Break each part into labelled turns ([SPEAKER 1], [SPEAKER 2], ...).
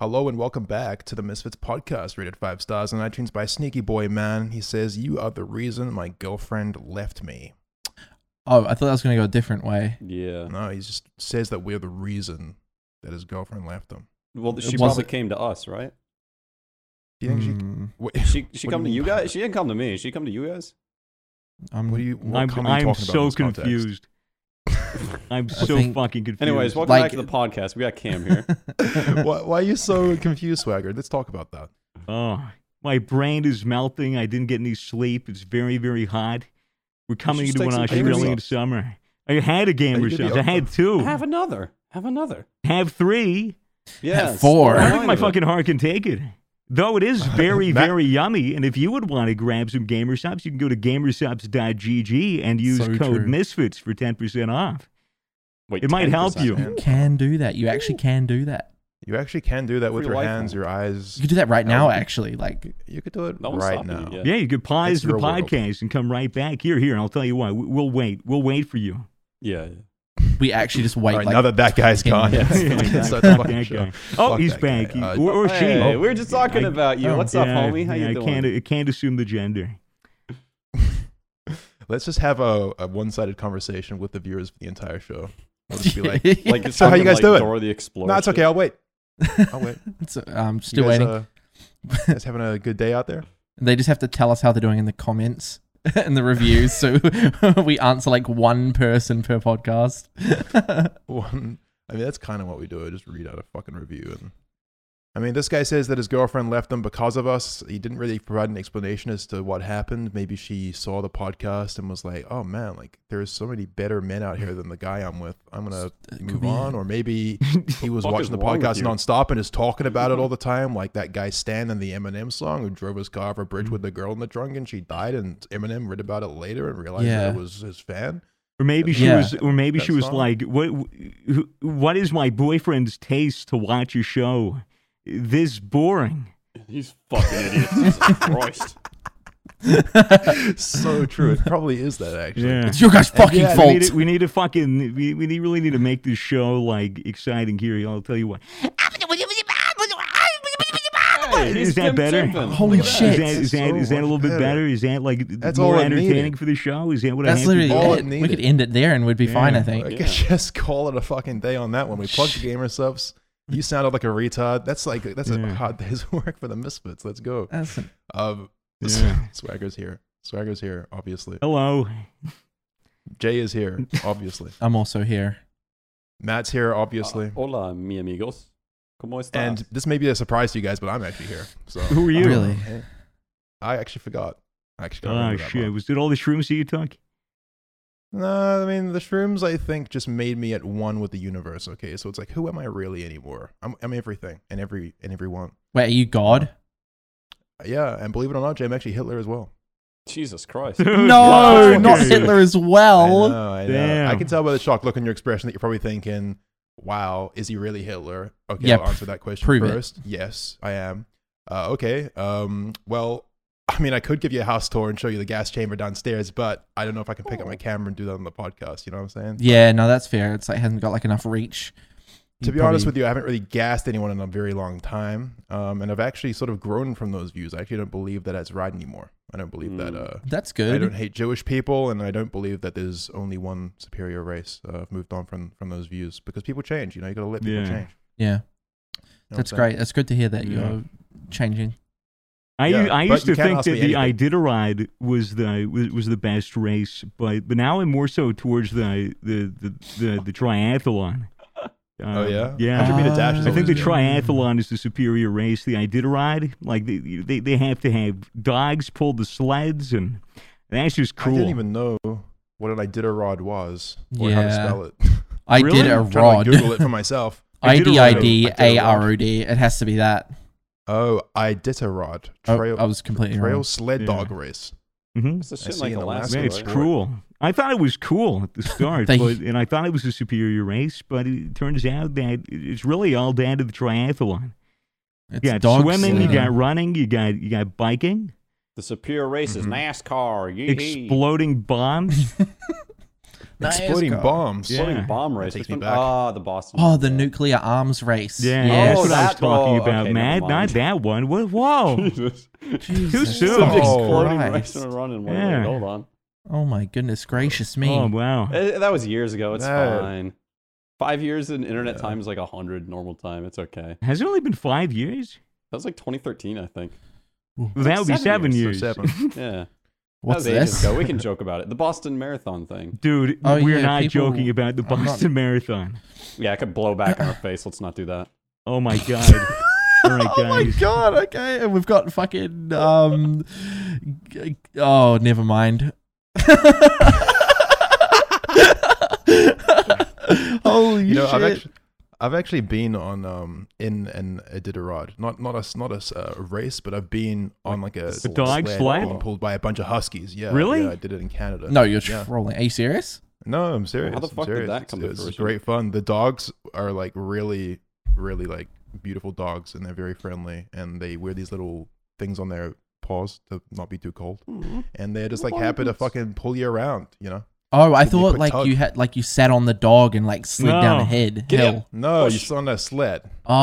[SPEAKER 1] Hello and welcome back to the Misfits podcast, rated five stars on iTunes by Sneaky Boy Man. He says, You are the reason my girlfriend left me.
[SPEAKER 2] Oh, I thought that was going to go a different way.
[SPEAKER 3] Yeah.
[SPEAKER 1] No, he just says that we're the reason that his girlfriend left him.
[SPEAKER 3] Well,
[SPEAKER 2] It
[SPEAKER 3] she
[SPEAKER 2] was-
[SPEAKER 3] probably came to us, right?
[SPEAKER 1] Do you think
[SPEAKER 2] Hmm,
[SPEAKER 1] she. What,
[SPEAKER 3] She she
[SPEAKER 1] What do
[SPEAKER 3] come to
[SPEAKER 1] you
[SPEAKER 3] you
[SPEAKER 1] mean?
[SPEAKER 3] guys. She didn't come to me. She come to you guys.
[SPEAKER 2] I'm,
[SPEAKER 1] what do you. What
[SPEAKER 4] I'm,
[SPEAKER 1] come are you talking
[SPEAKER 4] I'm
[SPEAKER 1] about in
[SPEAKER 4] so
[SPEAKER 1] this context?
[SPEAKER 4] confused. I'm so
[SPEAKER 2] think-
[SPEAKER 4] fucking confused.
[SPEAKER 3] Anyways, welcome
[SPEAKER 2] Like-
[SPEAKER 3] back to the podcast. We got Cam here.
[SPEAKER 1] why, why are you so confused, Swagger? Let's talk about that.
[SPEAKER 4] oh, my brain is melting. I didn't get any sleep. It's very, very hot. We're coming
[SPEAKER 3] should
[SPEAKER 4] into
[SPEAKER 3] take
[SPEAKER 4] an
[SPEAKER 3] some gamers
[SPEAKER 4] Australian
[SPEAKER 3] up.
[SPEAKER 4] summer. I had a game
[SPEAKER 1] you
[SPEAKER 4] or
[SPEAKER 1] could be
[SPEAKER 4] something. I
[SPEAKER 1] up-
[SPEAKER 4] had two.
[SPEAKER 3] Have
[SPEAKER 4] Have,
[SPEAKER 3] another. Have another.
[SPEAKER 4] three.
[SPEAKER 3] Yeah.
[SPEAKER 2] four.
[SPEAKER 4] I
[SPEAKER 2] Why
[SPEAKER 4] think my fucking heart can take it. Though it is very,
[SPEAKER 1] Matt-
[SPEAKER 4] very yummy. And if you would want to grab some Gamersops, you can go to gamersops.gg and use
[SPEAKER 2] So
[SPEAKER 4] code
[SPEAKER 2] true.
[SPEAKER 4] Misfits for 10% off.
[SPEAKER 3] Wait,
[SPEAKER 4] It might help
[SPEAKER 3] 10%,
[SPEAKER 4] you.
[SPEAKER 3] man.
[SPEAKER 2] can do that. You actually can do that.
[SPEAKER 1] You actually can do that with
[SPEAKER 3] Free
[SPEAKER 1] your
[SPEAKER 3] Wi-Fi.
[SPEAKER 1] hands, your eyes.
[SPEAKER 2] You could do that right now,
[SPEAKER 1] Oh.
[SPEAKER 2] actually. Like,
[SPEAKER 1] You could do it
[SPEAKER 3] No one's
[SPEAKER 1] right
[SPEAKER 3] stopping you
[SPEAKER 1] now.
[SPEAKER 3] yet.
[SPEAKER 4] Yeah, you could pause
[SPEAKER 1] It's
[SPEAKER 4] the
[SPEAKER 1] your world.
[SPEAKER 4] podcast and come right back. Here, here, I'll tell you why. We- We'll wait. We'll wait for you.
[SPEAKER 3] Yeah. yeah.
[SPEAKER 2] we actually just wait.
[SPEAKER 1] All right,
[SPEAKER 2] like,
[SPEAKER 1] now that that guy's gone,
[SPEAKER 2] Yeah.
[SPEAKER 1] it's-
[SPEAKER 4] Yeah,
[SPEAKER 1] it's
[SPEAKER 4] fuck
[SPEAKER 1] such a fucking
[SPEAKER 4] that
[SPEAKER 1] show.
[SPEAKER 4] guy. Oh,
[SPEAKER 1] Fuck
[SPEAKER 4] he's
[SPEAKER 1] that guy.
[SPEAKER 4] back. He-
[SPEAKER 1] Uh,
[SPEAKER 4] or, or she. Oh.
[SPEAKER 3] Hey, we were just talking
[SPEAKER 4] I-
[SPEAKER 3] about you.
[SPEAKER 2] Oh,
[SPEAKER 3] What's up,
[SPEAKER 4] Yeah,
[SPEAKER 3] homie? How
[SPEAKER 4] yeah,
[SPEAKER 3] you
[SPEAKER 4] I
[SPEAKER 3] doing?
[SPEAKER 4] can't, I can't assume the gender.
[SPEAKER 1] Let's just have a, a one-sided conversation with the viewers for the entire show. We'll just be like,
[SPEAKER 3] Like, it's
[SPEAKER 1] So how you
[SPEAKER 3] fucking
[SPEAKER 1] guys
[SPEAKER 3] like
[SPEAKER 1] doing?
[SPEAKER 3] Dora the Explorer.
[SPEAKER 1] "No, it's okay.
[SPEAKER 3] shit.
[SPEAKER 1] I'll wait. I'll wait."
[SPEAKER 2] So, I'm
[SPEAKER 1] You
[SPEAKER 2] still
[SPEAKER 1] guys,
[SPEAKER 2] waiting.
[SPEAKER 1] uh, you guys having a good day out there?
[SPEAKER 2] they just have to tell us how they're doing in the comments and the reviews. So we answer like one person per podcast.
[SPEAKER 1] One, I mean, that's kind of what we do. I just read out a fucking review, and I mean, this guy says that his girlfriend left him because of us. He didn't really provide an explanation as to what happened. Maybe she saw the podcast and was like, "Oh man, like there's so many better men out here than the guy I'm with. I'm gonna
[SPEAKER 3] uh,
[SPEAKER 2] Could
[SPEAKER 1] move
[SPEAKER 2] be-
[SPEAKER 1] on." Or maybe he was
[SPEAKER 3] fuck is
[SPEAKER 1] watching the
[SPEAKER 3] wrong with
[SPEAKER 1] podcast
[SPEAKER 3] you?
[SPEAKER 1] nonstop and is talking about it all the time, like that guy Stan in the Eminem song who drove his car over a bridge with the girl in the trunk and she died, and Eminem read about it later and realized that
[SPEAKER 2] Yeah.
[SPEAKER 1] it was his fan.
[SPEAKER 4] Or maybe she
[SPEAKER 2] Yeah.
[SPEAKER 4] was, or maybe she
[SPEAKER 1] That's
[SPEAKER 4] was
[SPEAKER 1] fine.
[SPEAKER 4] like, "What? wh- What is my boyfriend's taste to watch a show this boring?"
[SPEAKER 3] He's fucking idiot. Jesus Christ.
[SPEAKER 1] so true. It probably is that actually.
[SPEAKER 4] Yeah,
[SPEAKER 2] it's your guys' fucking
[SPEAKER 1] yeah,
[SPEAKER 4] we
[SPEAKER 2] fault.
[SPEAKER 4] need, to, we need to fucking, we, we need- really need to make this show like exciting. Here, I'll tell you what.
[SPEAKER 3] Hey, he's
[SPEAKER 4] Is that
[SPEAKER 3] Tim
[SPEAKER 4] better?
[SPEAKER 3] Timpin.
[SPEAKER 2] Holy
[SPEAKER 3] Look at
[SPEAKER 2] shit.
[SPEAKER 4] Is that, is,
[SPEAKER 1] So
[SPEAKER 4] that, is that a
[SPEAKER 1] much
[SPEAKER 4] little bit
[SPEAKER 1] better.
[SPEAKER 4] better? Is that like
[SPEAKER 1] That's
[SPEAKER 4] more
[SPEAKER 1] all I needed.
[SPEAKER 4] entertaining for the show? Is that what
[SPEAKER 2] That's
[SPEAKER 4] I have to
[SPEAKER 2] literally
[SPEAKER 1] all it
[SPEAKER 2] it. We could
[SPEAKER 1] needed.
[SPEAKER 2] end it there and we'd be fine, I
[SPEAKER 4] Yeah.
[SPEAKER 2] think.
[SPEAKER 1] I
[SPEAKER 3] Yeah.
[SPEAKER 1] could just call it a fucking day on that one. We plugged the gamer subs. You sounded like a retard. That's like that's
[SPEAKER 4] Yeah. Uh,
[SPEAKER 1] a hard day's work for the misfits. Let's go.
[SPEAKER 2] That's an-
[SPEAKER 1] Um,
[SPEAKER 4] Yeah.
[SPEAKER 1] Swagger's here. Swagger's here, obviously.
[SPEAKER 4] Hello.
[SPEAKER 1] Jay is here, obviously.
[SPEAKER 2] I'm also here.
[SPEAKER 1] Matt's here, obviously.
[SPEAKER 4] Uh, oh,
[SPEAKER 3] Hola, mi amigos. ¿Cómo estás?
[SPEAKER 1] and this may be a surprise to you guys, but I'm actually here. So Um,
[SPEAKER 4] Who are you?
[SPEAKER 2] Really?
[SPEAKER 1] I actually forgot. I actually can't
[SPEAKER 4] Oh
[SPEAKER 1] remember that
[SPEAKER 4] shit!
[SPEAKER 1] much.
[SPEAKER 4] Was it all the shrooms that you took?
[SPEAKER 1] No, I mean the shrooms. I think just made me at one with the universe. Okay, so it's like, who am I really anymore? I'm, I'm everything and every and everyone.
[SPEAKER 2] Wait, are you God?
[SPEAKER 1] Yeah, and believe it or not, Jay, I'm actually Hitler as well.
[SPEAKER 3] Jesus Christ.
[SPEAKER 4] Dude,
[SPEAKER 2] No,
[SPEAKER 4] fuck
[SPEAKER 2] not
[SPEAKER 4] you.
[SPEAKER 2] Hitler as
[SPEAKER 1] I
[SPEAKER 2] well.
[SPEAKER 1] know, I, know.
[SPEAKER 4] Damn.
[SPEAKER 1] I can tell by the shocked look on your expression that you're probably thinking, "Wow, is he really Hitler?" Okay,
[SPEAKER 2] Yeah,
[SPEAKER 1] I'll answer that question
[SPEAKER 2] prove it.
[SPEAKER 1] first. Yes, I am. Uh, okay. Um, well, I mean, I could give you a house tour and show you the gas chamber downstairs, but I don't know if I can pick up my camera and do that on the podcast. You know what I'm saying?
[SPEAKER 2] Yeah, no, that's fair. It's like hasn't got like enough reach.
[SPEAKER 1] to be honest with you, I haven't really gassed anyone in a very long time, um, and I've actually sort of grown from those views. I actually don't believe that it's right anymore. I don't believe that.
[SPEAKER 3] Mm.
[SPEAKER 1] Uh,
[SPEAKER 2] that's
[SPEAKER 1] I don't
[SPEAKER 2] good.
[SPEAKER 1] hate Jewish people, and I don't believe that there's only one superior race. Uh, I've moved on from from those views because people change. You know, you got to let people
[SPEAKER 4] Yeah.
[SPEAKER 1] change.
[SPEAKER 2] Yeah,
[SPEAKER 1] You know what
[SPEAKER 2] that's
[SPEAKER 1] I'm saying?
[SPEAKER 2] great. That's good to hear that
[SPEAKER 4] Yeah.
[SPEAKER 2] you're changing.
[SPEAKER 4] I,
[SPEAKER 1] Yeah,
[SPEAKER 4] I
[SPEAKER 1] but
[SPEAKER 4] used
[SPEAKER 1] you
[SPEAKER 4] to
[SPEAKER 1] can't
[SPEAKER 4] think
[SPEAKER 1] ask
[SPEAKER 4] that
[SPEAKER 1] me
[SPEAKER 4] the
[SPEAKER 1] anything.
[SPEAKER 4] Iditarod was the was, was the best race, but but now I'm more so towards the the the, the, the triathlon.
[SPEAKER 1] Oh yeah,
[SPEAKER 4] Um, yeah.
[SPEAKER 1] Hundred meter dash. is
[SPEAKER 2] I
[SPEAKER 4] I think the
[SPEAKER 1] always good.
[SPEAKER 4] triathlon is the superior race. The Iditarod, like they, they, they have to have dogs pull the sleds, and that's just
[SPEAKER 1] I didn't
[SPEAKER 4] cruel.
[SPEAKER 1] even know what an Iditarod was or how to
[SPEAKER 2] Yeah.
[SPEAKER 1] spell it.
[SPEAKER 2] I
[SPEAKER 4] Really?
[SPEAKER 2] did a
[SPEAKER 1] I'm trying
[SPEAKER 2] rod.
[SPEAKER 1] to like, Google it for myself.
[SPEAKER 4] I
[SPEAKER 2] I
[SPEAKER 4] did a
[SPEAKER 2] D
[SPEAKER 4] rod.
[SPEAKER 2] I D A R O D. It has to be that.
[SPEAKER 1] Oh, Iditarod
[SPEAKER 2] Oh,
[SPEAKER 1] trail
[SPEAKER 2] I was completely
[SPEAKER 1] trail
[SPEAKER 2] wrong.
[SPEAKER 1] sled
[SPEAKER 4] Yeah.
[SPEAKER 1] dog race.
[SPEAKER 4] Mhm.
[SPEAKER 3] It's the
[SPEAKER 1] see
[SPEAKER 3] shit like
[SPEAKER 1] in
[SPEAKER 3] Alaska.
[SPEAKER 1] Alaska,
[SPEAKER 4] Man,
[SPEAKER 3] right?
[SPEAKER 4] it's
[SPEAKER 1] right?
[SPEAKER 4] cruel. I thought it was cool at the start,
[SPEAKER 2] They-
[SPEAKER 4] but, and I thought it was a superior race, but it turns out that it's really all down to the triathlon.
[SPEAKER 2] It's
[SPEAKER 4] You got
[SPEAKER 2] dog
[SPEAKER 4] swimming, you
[SPEAKER 2] sledding.
[SPEAKER 4] got running, you got you got biking,
[SPEAKER 3] The superior race is
[SPEAKER 1] Mhm.
[SPEAKER 3] NASCAR. Yee-hee.
[SPEAKER 4] exploding bombs.
[SPEAKER 2] Nice
[SPEAKER 1] Exploding
[SPEAKER 2] guy.
[SPEAKER 1] bombs.
[SPEAKER 4] Yeah.
[SPEAKER 3] Floating bomb race.
[SPEAKER 1] takes
[SPEAKER 3] Which
[SPEAKER 1] me
[SPEAKER 3] one?
[SPEAKER 1] back.
[SPEAKER 3] Ah, the Boston.
[SPEAKER 2] Oh, the nuclear arms race.
[SPEAKER 4] Yeah,
[SPEAKER 2] Yes.
[SPEAKER 4] that's what I was
[SPEAKER 3] that-
[SPEAKER 4] talking
[SPEAKER 3] oh,
[SPEAKER 4] about,
[SPEAKER 3] okay,
[SPEAKER 4] Matt.
[SPEAKER 3] never
[SPEAKER 4] Not
[SPEAKER 3] mind.
[SPEAKER 4] that one. Whoa. whoa.
[SPEAKER 3] Jesus.
[SPEAKER 4] Too
[SPEAKER 2] Jesus
[SPEAKER 4] soon.
[SPEAKER 3] Some
[SPEAKER 1] Oh,
[SPEAKER 3] exploding race
[SPEAKER 2] Christ.
[SPEAKER 3] and a run in one
[SPEAKER 4] Yeah.
[SPEAKER 3] leg. Hold on.
[SPEAKER 2] Oh my goodness gracious me.
[SPEAKER 4] Oh, wow.
[SPEAKER 3] Eh, that was years ago. It's
[SPEAKER 1] That-
[SPEAKER 3] fine. Five years in internet
[SPEAKER 1] Yeah.
[SPEAKER 3] time is like 100 normal time. It's okay.
[SPEAKER 4] Has it only been five years?
[SPEAKER 3] That was like 2013, I think.
[SPEAKER 4] Well, that would be
[SPEAKER 3] seven
[SPEAKER 4] seven
[SPEAKER 1] So
[SPEAKER 4] years.
[SPEAKER 1] seven.
[SPEAKER 3] Yeah.
[SPEAKER 2] What's
[SPEAKER 3] that was ages
[SPEAKER 2] this?
[SPEAKER 3] ago. We can joke about it. The Boston Marathon thing.
[SPEAKER 4] Dude,
[SPEAKER 2] Oh,
[SPEAKER 4] we're
[SPEAKER 2] yeah,
[SPEAKER 4] not
[SPEAKER 2] people-
[SPEAKER 4] joking about the
[SPEAKER 2] I'm not-
[SPEAKER 4] Boston Marathon.
[SPEAKER 3] Yeah, I could blow back on her face. Let's not do that.
[SPEAKER 4] Oh my god. All right, guys.
[SPEAKER 2] Oh my god, okay. And we've got fucking um g- oh, never mind. Holy
[SPEAKER 1] You know,
[SPEAKER 2] shit.
[SPEAKER 1] I've actually, I've actually been on um in an Iditarod, not not a s- not a s- uh, race, but I've been on like a,
[SPEAKER 3] A
[SPEAKER 4] dog sled?
[SPEAKER 1] being pulled by a bunch of huskies. Yeah,
[SPEAKER 4] Really?
[SPEAKER 1] Yeah, I did it in Canada.
[SPEAKER 2] no, you're
[SPEAKER 1] Yeah.
[SPEAKER 2] trolling. Are you serious?
[SPEAKER 1] no, I'm serious.
[SPEAKER 3] How the
[SPEAKER 1] I'm
[SPEAKER 3] fuck did
[SPEAKER 1] serious.
[SPEAKER 3] that
[SPEAKER 1] It's-
[SPEAKER 3] come to
[SPEAKER 1] It was
[SPEAKER 3] fruition?
[SPEAKER 1] great fun. The dogs are like really, really like beautiful dogs, and they're very friendly, and they wear these little things on their paws to not be too cold, and they're just like happy to fucking pull you around. You know?
[SPEAKER 2] Oh, I
[SPEAKER 1] Give me a
[SPEAKER 2] thought
[SPEAKER 1] quick
[SPEAKER 2] like
[SPEAKER 1] tug.
[SPEAKER 2] you had like you sat on the dog and like slid down
[SPEAKER 4] No.
[SPEAKER 2] a head.
[SPEAKER 3] Get
[SPEAKER 2] hill.
[SPEAKER 3] out.
[SPEAKER 1] No,
[SPEAKER 3] Push.
[SPEAKER 1] you sit on a sled.
[SPEAKER 2] Oh,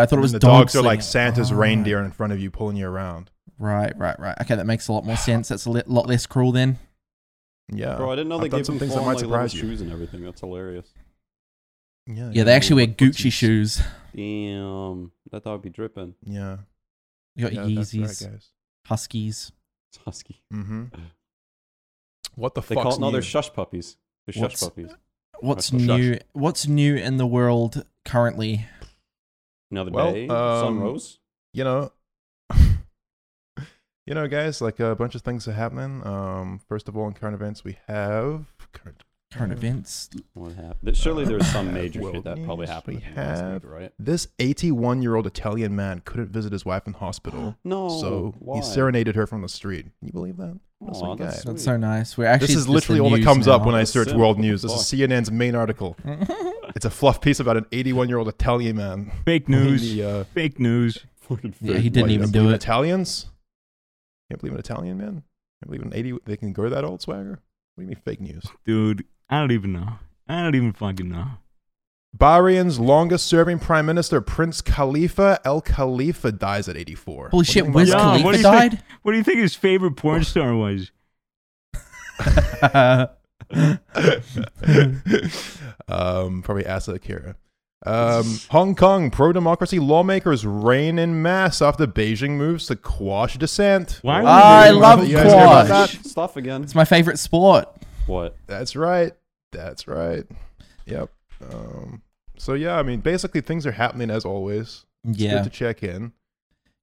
[SPEAKER 2] I thought it was
[SPEAKER 1] the
[SPEAKER 2] dogs
[SPEAKER 1] dogs are like
[SPEAKER 2] slinging it.
[SPEAKER 1] Santa's
[SPEAKER 2] Oh.
[SPEAKER 1] reindeer in front of you, pulling you around.
[SPEAKER 2] Right, right, right. Okay, that makes a lot more sense. That's a li- lot less cruel then.
[SPEAKER 1] Yeah.
[SPEAKER 3] Bro, I didn't know they
[SPEAKER 1] I've done
[SPEAKER 3] gave
[SPEAKER 1] some
[SPEAKER 3] them
[SPEAKER 1] things
[SPEAKER 3] things
[SPEAKER 1] that might surprise you.
[SPEAKER 3] shoes and everything. That's hilarious.
[SPEAKER 1] Yeah,
[SPEAKER 2] Yeah, they actually wear
[SPEAKER 1] little footsies.
[SPEAKER 2] Gucci shoes.
[SPEAKER 3] Damn, that thought would be dripping.
[SPEAKER 1] Yeah,
[SPEAKER 2] You got
[SPEAKER 1] yeah that's right,
[SPEAKER 2] Yeezys,
[SPEAKER 1] guys.
[SPEAKER 2] Huskies.
[SPEAKER 3] It's husky.
[SPEAKER 1] Mm-hmm. What the
[SPEAKER 3] They
[SPEAKER 1] fuck's
[SPEAKER 3] call it, no,
[SPEAKER 1] new?
[SPEAKER 3] they're shush puppies. They're shush
[SPEAKER 2] What's-
[SPEAKER 3] puppies.
[SPEAKER 2] What's
[SPEAKER 3] That's a
[SPEAKER 2] new? What's new in the world currently?
[SPEAKER 3] Another
[SPEAKER 1] Well,
[SPEAKER 3] day, sun
[SPEAKER 1] um,
[SPEAKER 3] rose.
[SPEAKER 1] you know, you know, guys. Like a bunch of things are happening. Um, first of all, in current events, we have current.
[SPEAKER 2] Current
[SPEAKER 1] Uh,
[SPEAKER 2] events.
[SPEAKER 3] What happened? Surely there was some major
[SPEAKER 1] well,
[SPEAKER 3] shit that probably
[SPEAKER 1] yes,
[SPEAKER 3] happened.
[SPEAKER 1] we
[SPEAKER 3] in the last
[SPEAKER 1] have-
[SPEAKER 3] week, right?
[SPEAKER 1] This 81-year-old Italian man couldn't visit his wife in hospital,
[SPEAKER 3] No.
[SPEAKER 1] so
[SPEAKER 3] Oh, why?
[SPEAKER 1] he serenaded her from the street. Can you believe that? What a
[SPEAKER 3] Aw,
[SPEAKER 1] sweet
[SPEAKER 3] that's
[SPEAKER 1] guy.
[SPEAKER 3] sweet.
[SPEAKER 2] That's so nice. We're actually
[SPEAKER 1] This is literally all that comes up when I
[SPEAKER 3] That's
[SPEAKER 1] search
[SPEAKER 3] it.
[SPEAKER 1] world news. This
[SPEAKER 3] Fuck.
[SPEAKER 1] is CNN's main article.
[SPEAKER 2] I.
[SPEAKER 1] It's a fluff piece about an 81-year-old Italian man.
[SPEAKER 4] Fake
[SPEAKER 1] in
[SPEAKER 4] news.
[SPEAKER 1] the, uh,
[SPEAKER 4] Fake news.
[SPEAKER 3] Fucking
[SPEAKER 2] Yeah,
[SPEAKER 3] fake
[SPEAKER 2] he didn't
[SPEAKER 1] What,
[SPEAKER 3] news.
[SPEAKER 1] you
[SPEAKER 2] even
[SPEAKER 1] don't
[SPEAKER 2] do
[SPEAKER 1] believe in
[SPEAKER 2] it.
[SPEAKER 1] Italians? Can't believe an Italian man. Can't believe an eighty. They can go that old swagger. What do you mean fake news?
[SPEAKER 4] Dude, I don't even know. I don't even fucking know.
[SPEAKER 1] Bahrain's longest-serving prime minister, Prince Khalifa El Khalifa, dies at 84.
[SPEAKER 2] Holy
[SPEAKER 1] What do you
[SPEAKER 2] shit!
[SPEAKER 1] think
[SPEAKER 2] Wiz
[SPEAKER 1] about
[SPEAKER 4] Yeah,
[SPEAKER 1] that?
[SPEAKER 4] what do
[SPEAKER 2] Khalifa
[SPEAKER 4] you
[SPEAKER 2] died.
[SPEAKER 4] What do you think his favorite porn star was?
[SPEAKER 1] um, probably Asa Akira. Um, Hong Kong pro-democracy lawmakers reign in mass after Beijing moves to quash dissent.
[SPEAKER 4] Why
[SPEAKER 3] Oh,
[SPEAKER 4] would
[SPEAKER 2] I
[SPEAKER 4] you-
[SPEAKER 2] love
[SPEAKER 1] You guys hear about
[SPEAKER 2] quash.
[SPEAKER 1] that?
[SPEAKER 3] Stuff again.
[SPEAKER 2] It's my favorite sport.
[SPEAKER 3] What?
[SPEAKER 1] That's right. That's right. Yep. Um, so yeah, I mean, basically things are happening as always. It's
[SPEAKER 2] Yeah,
[SPEAKER 1] Good to check in.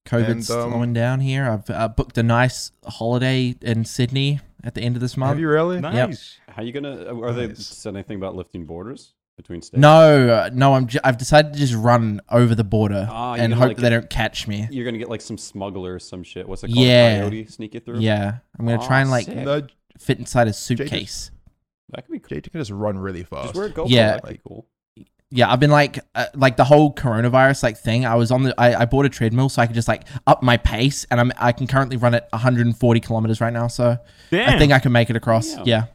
[SPEAKER 2] COVID's
[SPEAKER 1] and, um,
[SPEAKER 2] slowing down here. I've uh, booked a nice holiday in Sydney at the end of this month.
[SPEAKER 1] Have you really?
[SPEAKER 4] Nice.
[SPEAKER 3] How you gonna? uh, Are they
[SPEAKER 1] Nice.
[SPEAKER 3] said anything about lifting borders between states?
[SPEAKER 2] No, uh, no. I'm. J- I've decided to just run over the border
[SPEAKER 3] Ah, you
[SPEAKER 2] and
[SPEAKER 3] know,
[SPEAKER 2] hope
[SPEAKER 3] like-
[SPEAKER 2] that they don't catch me.
[SPEAKER 3] You're gonna get like some smuggler or some shit. What's it called?
[SPEAKER 2] Yeah.
[SPEAKER 3] Coyote sneak you through.
[SPEAKER 2] Yeah, I'm gonna
[SPEAKER 3] Ah,
[SPEAKER 2] try and like
[SPEAKER 3] sick.
[SPEAKER 1] No,
[SPEAKER 2] fit inside a suitcase.
[SPEAKER 3] That could be cool.
[SPEAKER 1] JT can just run really fast.
[SPEAKER 3] Just wear a GoPro.
[SPEAKER 2] Yeah.
[SPEAKER 3] That'd be cool.
[SPEAKER 2] Yeah, I've been like, uh, like the whole coronavirus like thing. I was on the, I, I bought a treadmill so I could just like up my pace, and I'm I can currently run at 140 kilometers right now. So
[SPEAKER 4] Damn.
[SPEAKER 2] I think I can make it across.
[SPEAKER 3] Yeah.
[SPEAKER 2] Yeah,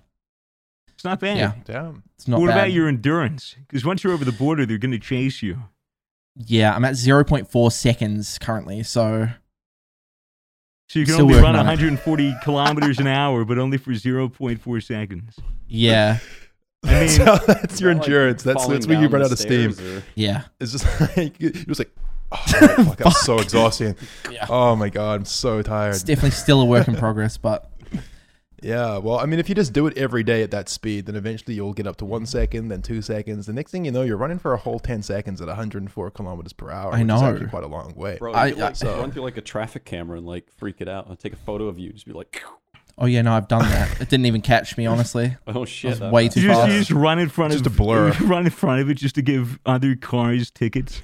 [SPEAKER 4] it's not bad.
[SPEAKER 2] Yeah.
[SPEAKER 1] Damn.
[SPEAKER 2] it's not
[SPEAKER 4] what
[SPEAKER 2] bad.
[SPEAKER 4] about your endurance? Because once you're over the border, they're going to chase you.
[SPEAKER 2] Yeah, I'm at 0.4 seconds currently. So
[SPEAKER 4] So you can
[SPEAKER 2] Still
[SPEAKER 4] only
[SPEAKER 2] working
[SPEAKER 4] run
[SPEAKER 2] on it.
[SPEAKER 4] 140 kilometers an hour, but only for 0.4 seconds.
[SPEAKER 2] yeah,
[SPEAKER 4] I mean-
[SPEAKER 1] So that's your
[SPEAKER 3] Not, like,
[SPEAKER 1] endurance. that's
[SPEAKER 3] falling
[SPEAKER 1] that's when you
[SPEAKER 3] down
[SPEAKER 1] run
[SPEAKER 3] the
[SPEAKER 1] out of steam.
[SPEAKER 3] stairs or-
[SPEAKER 2] yeah.
[SPEAKER 1] It's just like you're just like, oh, fuck, that's so exhausting.
[SPEAKER 2] Yeah.
[SPEAKER 1] Oh my god, I'm so tired.
[SPEAKER 2] It's definitely still a work in progress, but
[SPEAKER 1] Yeah, well, I mean, if you just do it every day at that speed, then eventually you'll get up to one second, then two seconds. The next thing you know, you're running for a whole 10 seconds at 104 kilometers per hour.
[SPEAKER 2] I
[SPEAKER 1] which
[SPEAKER 2] know.
[SPEAKER 1] Is actually quite a long way.
[SPEAKER 3] Bro,
[SPEAKER 2] I-
[SPEAKER 3] you could, like,
[SPEAKER 1] I-
[SPEAKER 3] run through like a traffic camera and like freak it out. I'll take a photo of you. Just be like,
[SPEAKER 2] oh yeah, no, I've done that. It didn't even catch me honestly.
[SPEAKER 3] oh shit.
[SPEAKER 2] was
[SPEAKER 3] that
[SPEAKER 2] way
[SPEAKER 3] was-
[SPEAKER 2] too
[SPEAKER 4] You just,
[SPEAKER 2] fast.
[SPEAKER 4] you just run in front
[SPEAKER 1] Just
[SPEAKER 4] of
[SPEAKER 1] a blur.
[SPEAKER 4] you Run in front of it just to give other cars tickets.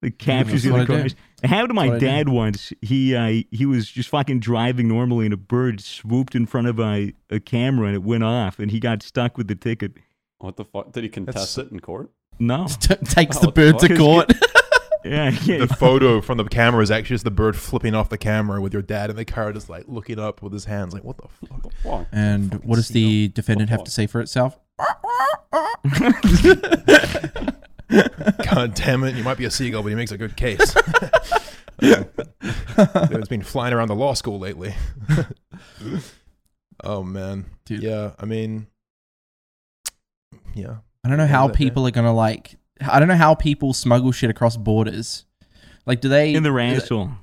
[SPEAKER 4] The captures the
[SPEAKER 2] what
[SPEAKER 4] other
[SPEAKER 2] I do.
[SPEAKER 4] cars. It happened to my
[SPEAKER 2] That's what I
[SPEAKER 4] dad once. He uh, he was just fucking driving normally, and a bird swooped in front of a, a camera, and it went off, and he got stuck with the ticket.
[SPEAKER 3] What the fuck? Did he contest
[SPEAKER 1] That's-
[SPEAKER 3] it in court?
[SPEAKER 4] No,
[SPEAKER 2] T- takes
[SPEAKER 3] Oh,
[SPEAKER 2] the bird
[SPEAKER 3] what
[SPEAKER 2] to
[SPEAKER 4] the
[SPEAKER 2] court.
[SPEAKER 4] Yeah, yeah.
[SPEAKER 1] the photo from the camera is actually just the bird flipping off the camera with your dad in the car, just like looking up with his hands, like, what the fuck?
[SPEAKER 3] Wrong.
[SPEAKER 2] And what does the defendant have to say for itself?
[SPEAKER 1] God damn it, you might be a seagull, but he makes a good case. it's been flying around the law school lately. oh man,
[SPEAKER 2] Dude.
[SPEAKER 1] yeah. I mean, yeah.
[SPEAKER 2] I don't know
[SPEAKER 1] Yeah,
[SPEAKER 2] how
[SPEAKER 1] that- yeah.
[SPEAKER 2] people are gonna like. I don't know how people smuggle shit across borders. Like, do they
[SPEAKER 4] in the ransel.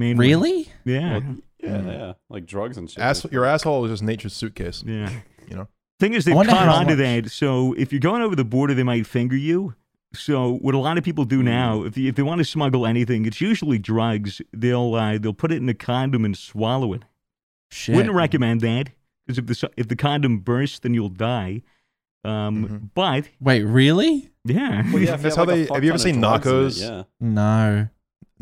[SPEAKER 4] Mainly.
[SPEAKER 2] really?
[SPEAKER 4] Yeah.
[SPEAKER 3] Well, yeah,
[SPEAKER 1] Mm.
[SPEAKER 3] yeah. Like drugs and shit.
[SPEAKER 1] Ass- your asshole is just nature's suitcase.
[SPEAKER 4] Yeah.
[SPEAKER 1] You know?
[SPEAKER 4] Thing is, they've
[SPEAKER 2] wonder
[SPEAKER 4] caught
[SPEAKER 2] how
[SPEAKER 4] on to
[SPEAKER 2] much-
[SPEAKER 4] that. So if you're going over the border, they might finger you. So what a lot of people
[SPEAKER 1] Hmm.
[SPEAKER 4] do now, if, you, if they want to smuggle anything, it's usually drugs. They'll uh, they'll put it in a condom and swallow it.
[SPEAKER 2] Shit.
[SPEAKER 4] Wouldn't recommend that because if the s- if the condom bursts, then you'll die. Um,
[SPEAKER 1] Mhm.
[SPEAKER 4] But
[SPEAKER 2] Wait, really?
[SPEAKER 4] yeah,
[SPEAKER 3] Well, yeah, if
[SPEAKER 1] That's
[SPEAKER 3] you
[SPEAKER 1] how
[SPEAKER 3] like, a
[SPEAKER 1] they-
[SPEAKER 3] fuck
[SPEAKER 1] have you ever
[SPEAKER 3] ton of
[SPEAKER 1] seen
[SPEAKER 3] drugs in it,
[SPEAKER 1] Narcos?
[SPEAKER 3] Yeah.
[SPEAKER 2] No.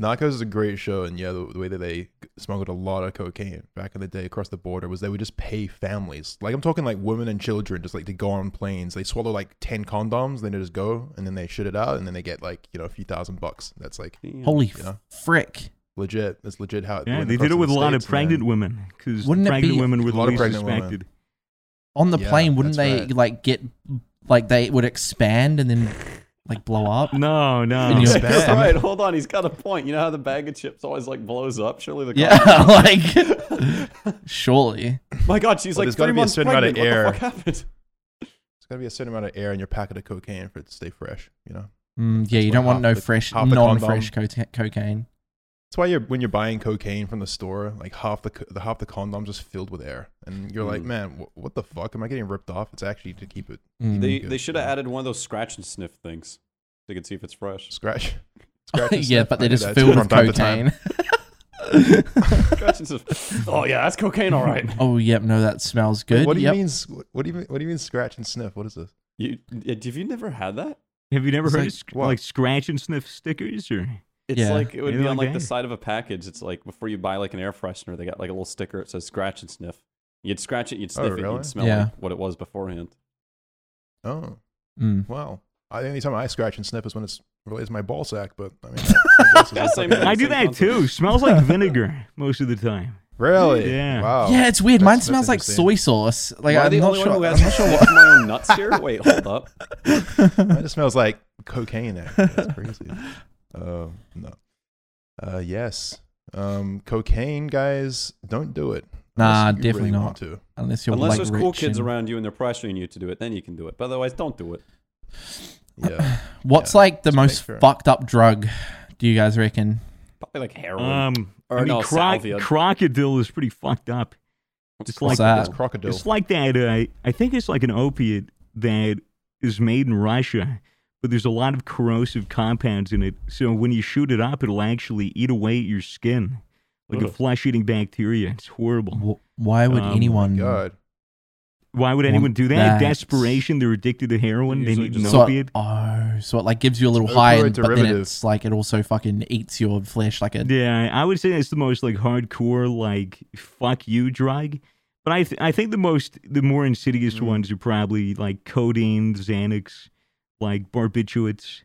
[SPEAKER 1] Narcos is a great show, and yeah, the, the way that they smuggled a lot of cocaine back in the day across the border was they would just pay families. Like I'm talking like women and children, just like to go on planes. They swallow like ten condoms, then they just go, and then they shit it out, and then they get like you know a few thousand bucks. That's like
[SPEAKER 3] Damn.
[SPEAKER 2] Holy
[SPEAKER 1] Yeah.
[SPEAKER 2] frick.
[SPEAKER 1] legit. That's legit how it.
[SPEAKER 4] yeah,
[SPEAKER 1] went
[SPEAKER 4] they
[SPEAKER 1] across
[SPEAKER 4] did it
[SPEAKER 1] the
[SPEAKER 4] with a lot of
[SPEAKER 1] States, man.
[SPEAKER 4] pregnant women because
[SPEAKER 2] Wouldn't it
[SPEAKER 4] pregnant
[SPEAKER 2] be-
[SPEAKER 4] women were
[SPEAKER 1] A lot
[SPEAKER 4] the
[SPEAKER 1] of
[SPEAKER 4] least
[SPEAKER 1] pregnant women.
[SPEAKER 4] suspected.
[SPEAKER 2] On the
[SPEAKER 1] Yeah,
[SPEAKER 2] plane, wouldn't
[SPEAKER 1] that's
[SPEAKER 2] they
[SPEAKER 1] right.
[SPEAKER 2] like get like they would expand and then like blow up?
[SPEAKER 4] No, no.
[SPEAKER 2] In your
[SPEAKER 1] It's
[SPEAKER 3] You're
[SPEAKER 1] bad.
[SPEAKER 3] right. Hold on. He's got a point. You know how the bag of chips always like blows up. Surely the
[SPEAKER 2] Yeah, like surely.
[SPEAKER 3] My God, she's
[SPEAKER 1] Well, there's
[SPEAKER 3] like three
[SPEAKER 1] gotta be a
[SPEAKER 3] months
[SPEAKER 1] certain amount of
[SPEAKER 3] pregnant. What the
[SPEAKER 1] air.
[SPEAKER 3] fuck happened?
[SPEAKER 1] It's gotta be a certain amount of air in your packet of cocaine for it to stay fresh. You know,
[SPEAKER 2] Mm, yeah, you
[SPEAKER 1] like
[SPEAKER 2] don't want
[SPEAKER 1] half
[SPEAKER 2] no
[SPEAKER 1] the-
[SPEAKER 2] fresh,
[SPEAKER 1] half the
[SPEAKER 2] non-fresh co- cocaine.
[SPEAKER 1] that's why you're when you're buying cocaine from the store, like half the co- the half the condoms is filled with air, and you're like,
[SPEAKER 3] Mm.
[SPEAKER 1] man, wh- what the fuck? Am I getting ripped off? It's actually to keep it
[SPEAKER 2] Mm.
[SPEAKER 3] They
[SPEAKER 1] good.
[SPEAKER 3] they should have added one of those scratch and sniff things. They could see if it's fresh.
[SPEAKER 1] scratch. scratch and
[SPEAKER 2] yeah,
[SPEAKER 1] sniff. I
[SPEAKER 2] but they're
[SPEAKER 1] do
[SPEAKER 2] just
[SPEAKER 1] that too
[SPEAKER 2] filled
[SPEAKER 1] from
[SPEAKER 2] with
[SPEAKER 1] time to time.
[SPEAKER 2] cocaine.
[SPEAKER 3] Scratch and sniff. Oh yeah, that's cocaine, all right.
[SPEAKER 2] oh, yep, no, that smells good.
[SPEAKER 1] What do you
[SPEAKER 2] yep.
[SPEAKER 1] mean? s- What do you mean? What do you mean? Scratch and sniff. What is this?
[SPEAKER 3] You yeah, have you never had that?
[SPEAKER 4] Have you never
[SPEAKER 2] It's
[SPEAKER 4] heard
[SPEAKER 2] like-
[SPEAKER 4] of sc-
[SPEAKER 1] what?
[SPEAKER 4] like scratch and sniff stickers or?
[SPEAKER 3] It's
[SPEAKER 2] Yeah.
[SPEAKER 3] like it would
[SPEAKER 4] Maybe
[SPEAKER 3] be on
[SPEAKER 4] like
[SPEAKER 3] like the
[SPEAKER 4] that.
[SPEAKER 3] side of a package. It's like before you buy like an air freshener, they got like a little sticker that says scratch and sniff. You'd scratch it, you'd
[SPEAKER 1] Oh,
[SPEAKER 3] sniff it,
[SPEAKER 1] really?
[SPEAKER 3] you'd smell
[SPEAKER 2] Yeah.
[SPEAKER 3] like what it was beforehand.
[SPEAKER 1] Oh,
[SPEAKER 2] Mm.
[SPEAKER 1] wow. I, the only time I scratch and sniff is when it's related to my ball sack. But I mean, I, I guess it's
[SPEAKER 3] That's
[SPEAKER 1] okay.
[SPEAKER 3] same thing.
[SPEAKER 4] I do
[SPEAKER 3] Same
[SPEAKER 4] that
[SPEAKER 3] concept.
[SPEAKER 4] too. Smells like vinegar most of the time.
[SPEAKER 1] really.
[SPEAKER 4] Yeah.
[SPEAKER 1] Wow.
[SPEAKER 2] yeah, it's weird. Mine
[SPEAKER 1] Oh, that's- that's
[SPEAKER 2] smells like
[SPEAKER 1] interesting.
[SPEAKER 2] soy sauce. Like
[SPEAKER 3] Am I
[SPEAKER 2] I'm
[SPEAKER 3] the
[SPEAKER 2] not
[SPEAKER 3] only
[SPEAKER 2] sure.
[SPEAKER 3] one who
[SPEAKER 2] I'm
[SPEAKER 3] has
[SPEAKER 2] not
[SPEAKER 3] to
[SPEAKER 2] sure
[SPEAKER 3] sniff
[SPEAKER 2] what.
[SPEAKER 3] my own nuts here? Wait, hold up.
[SPEAKER 1] It just smells like cocaine. Actually. That's crazy. Uh, no. Uh, yes. Um, cocaine, guys, don't do it. unless
[SPEAKER 2] Nah,
[SPEAKER 1] you
[SPEAKER 2] definitely
[SPEAKER 1] really
[SPEAKER 2] not.
[SPEAKER 1] Want to.
[SPEAKER 2] Unless you're
[SPEAKER 3] Unless
[SPEAKER 2] like
[SPEAKER 3] there's cool
[SPEAKER 2] rich
[SPEAKER 3] kids
[SPEAKER 2] and-
[SPEAKER 3] around you and they're pressuring you to do it, then you can do it. But otherwise, don't do it.
[SPEAKER 1] Yeah.
[SPEAKER 2] What's
[SPEAKER 1] Yeah,
[SPEAKER 2] like the
[SPEAKER 1] just
[SPEAKER 2] most
[SPEAKER 1] make sure.
[SPEAKER 2] fucked up drug? Do you guys reckon?
[SPEAKER 3] Probably like heroin.
[SPEAKER 4] Um,
[SPEAKER 3] Or
[SPEAKER 4] I mean,
[SPEAKER 3] no,
[SPEAKER 4] croc-
[SPEAKER 3] salvia.
[SPEAKER 4] crocodile is pretty fucked up. It's like
[SPEAKER 2] What's that?
[SPEAKER 1] It's crocodile.
[SPEAKER 4] it's like that. Uh, I think it's like an opiate that is made in Russia, but there's a lot of corrosive compounds in it. So when you shoot it up, it'll actually eat away at your skin, like a
[SPEAKER 3] Ugh.
[SPEAKER 4] flesh-eating bacteria. It's horrible.
[SPEAKER 2] Wh- Why would
[SPEAKER 4] Um,
[SPEAKER 2] anyone?
[SPEAKER 1] oh God.
[SPEAKER 4] Why would
[SPEAKER 2] Want
[SPEAKER 4] anyone do that?
[SPEAKER 2] that.
[SPEAKER 4] Desperation. They're addicted to heroin. They
[SPEAKER 3] Usually
[SPEAKER 4] need an
[SPEAKER 3] just-
[SPEAKER 2] So
[SPEAKER 4] opiate.
[SPEAKER 2] it, oh, so it like gives you a little
[SPEAKER 1] Opioid
[SPEAKER 2] high, and, but then
[SPEAKER 1] derivative.
[SPEAKER 2] it's like it also fucking eats your flesh like a.
[SPEAKER 4] Yeah, I would say it's the most like hardcore, like fuck you drug. But I th- I think the most the more insidious
[SPEAKER 3] Mm-hmm.
[SPEAKER 1] Mm.
[SPEAKER 4] ones are probably like codeine, Xanax, like barbiturates.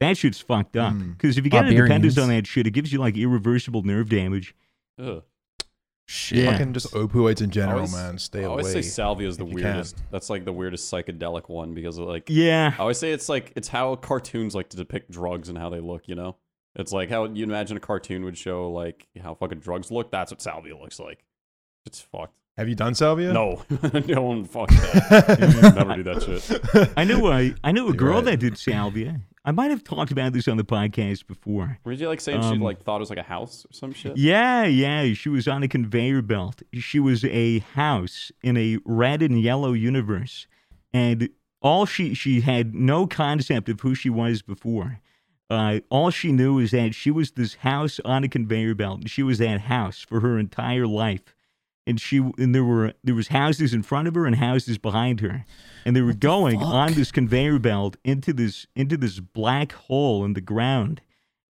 [SPEAKER 4] That shit's fucked up.
[SPEAKER 1] Mm.
[SPEAKER 4] Because if you get a dependence
[SPEAKER 2] Barbarians.
[SPEAKER 4] on that shit, it gives you like irreversible nerve damage.
[SPEAKER 3] Ugh.
[SPEAKER 2] Shit.
[SPEAKER 1] Fucking just opioids in general,
[SPEAKER 3] always-
[SPEAKER 1] man. Stay
[SPEAKER 3] I
[SPEAKER 1] away.
[SPEAKER 3] always say salvia is the
[SPEAKER 1] if you
[SPEAKER 3] weirdest. That's like the weirdest psychedelic one because of like
[SPEAKER 4] Yeah,
[SPEAKER 3] I always say it's like it's how cartoons like to depict drugs and how they look. You know, it's like how you imagine a cartoon would show like how fucking drugs look. That's what salvia looks like. It's fucked.
[SPEAKER 1] Have you done salvia?
[SPEAKER 3] No, no one fuck that. Never do that shit.
[SPEAKER 4] I knew uh, I I knew a
[SPEAKER 1] You're
[SPEAKER 4] girl
[SPEAKER 1] right.
[SPEAKER 4] that did salvia. I might have talked about this on the podcast before.
[SPEAKER 3] Were you like saying
[SPEAKER 4] Um,
[SPEAKER 3] she like thought it was like a house or some shit?
[SPEAKER 4] Yeah, yeah. She was on a conveyor belt. She was a house in a red and yellow universe. And all she she had no concept of who she was before. Uh, all she knew is that she was this house on a conveyor belt. and She was that house for her entire life. And she and there were there was houses in front of her and houses behind her. And they were going
[SPEAKER 2] fuck?
[SPEAKER 4] on this conveyor belt into this into this black hole in the ground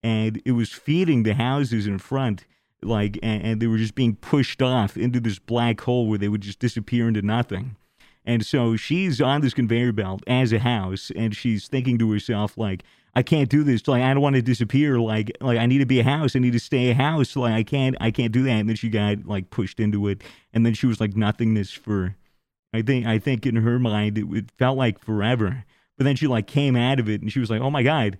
[SPEAKER 4] and it was feeding the houses in front like and, and they were just being pushed off into this black hole where they would just disappear into nothing And so she's on this conveyor belt as a house, and she's thinking to herself, like, I can't do this. Like, I don't want to disappear. Like, like I need to be a house. I need to stay a house. Like, I can't, I can't do that. And then she got like pushed into it, and then she was like nothingness for. I think, I think in her mind, it, it felt like forever. But then she like came out of it, and she was like, "Oh my god,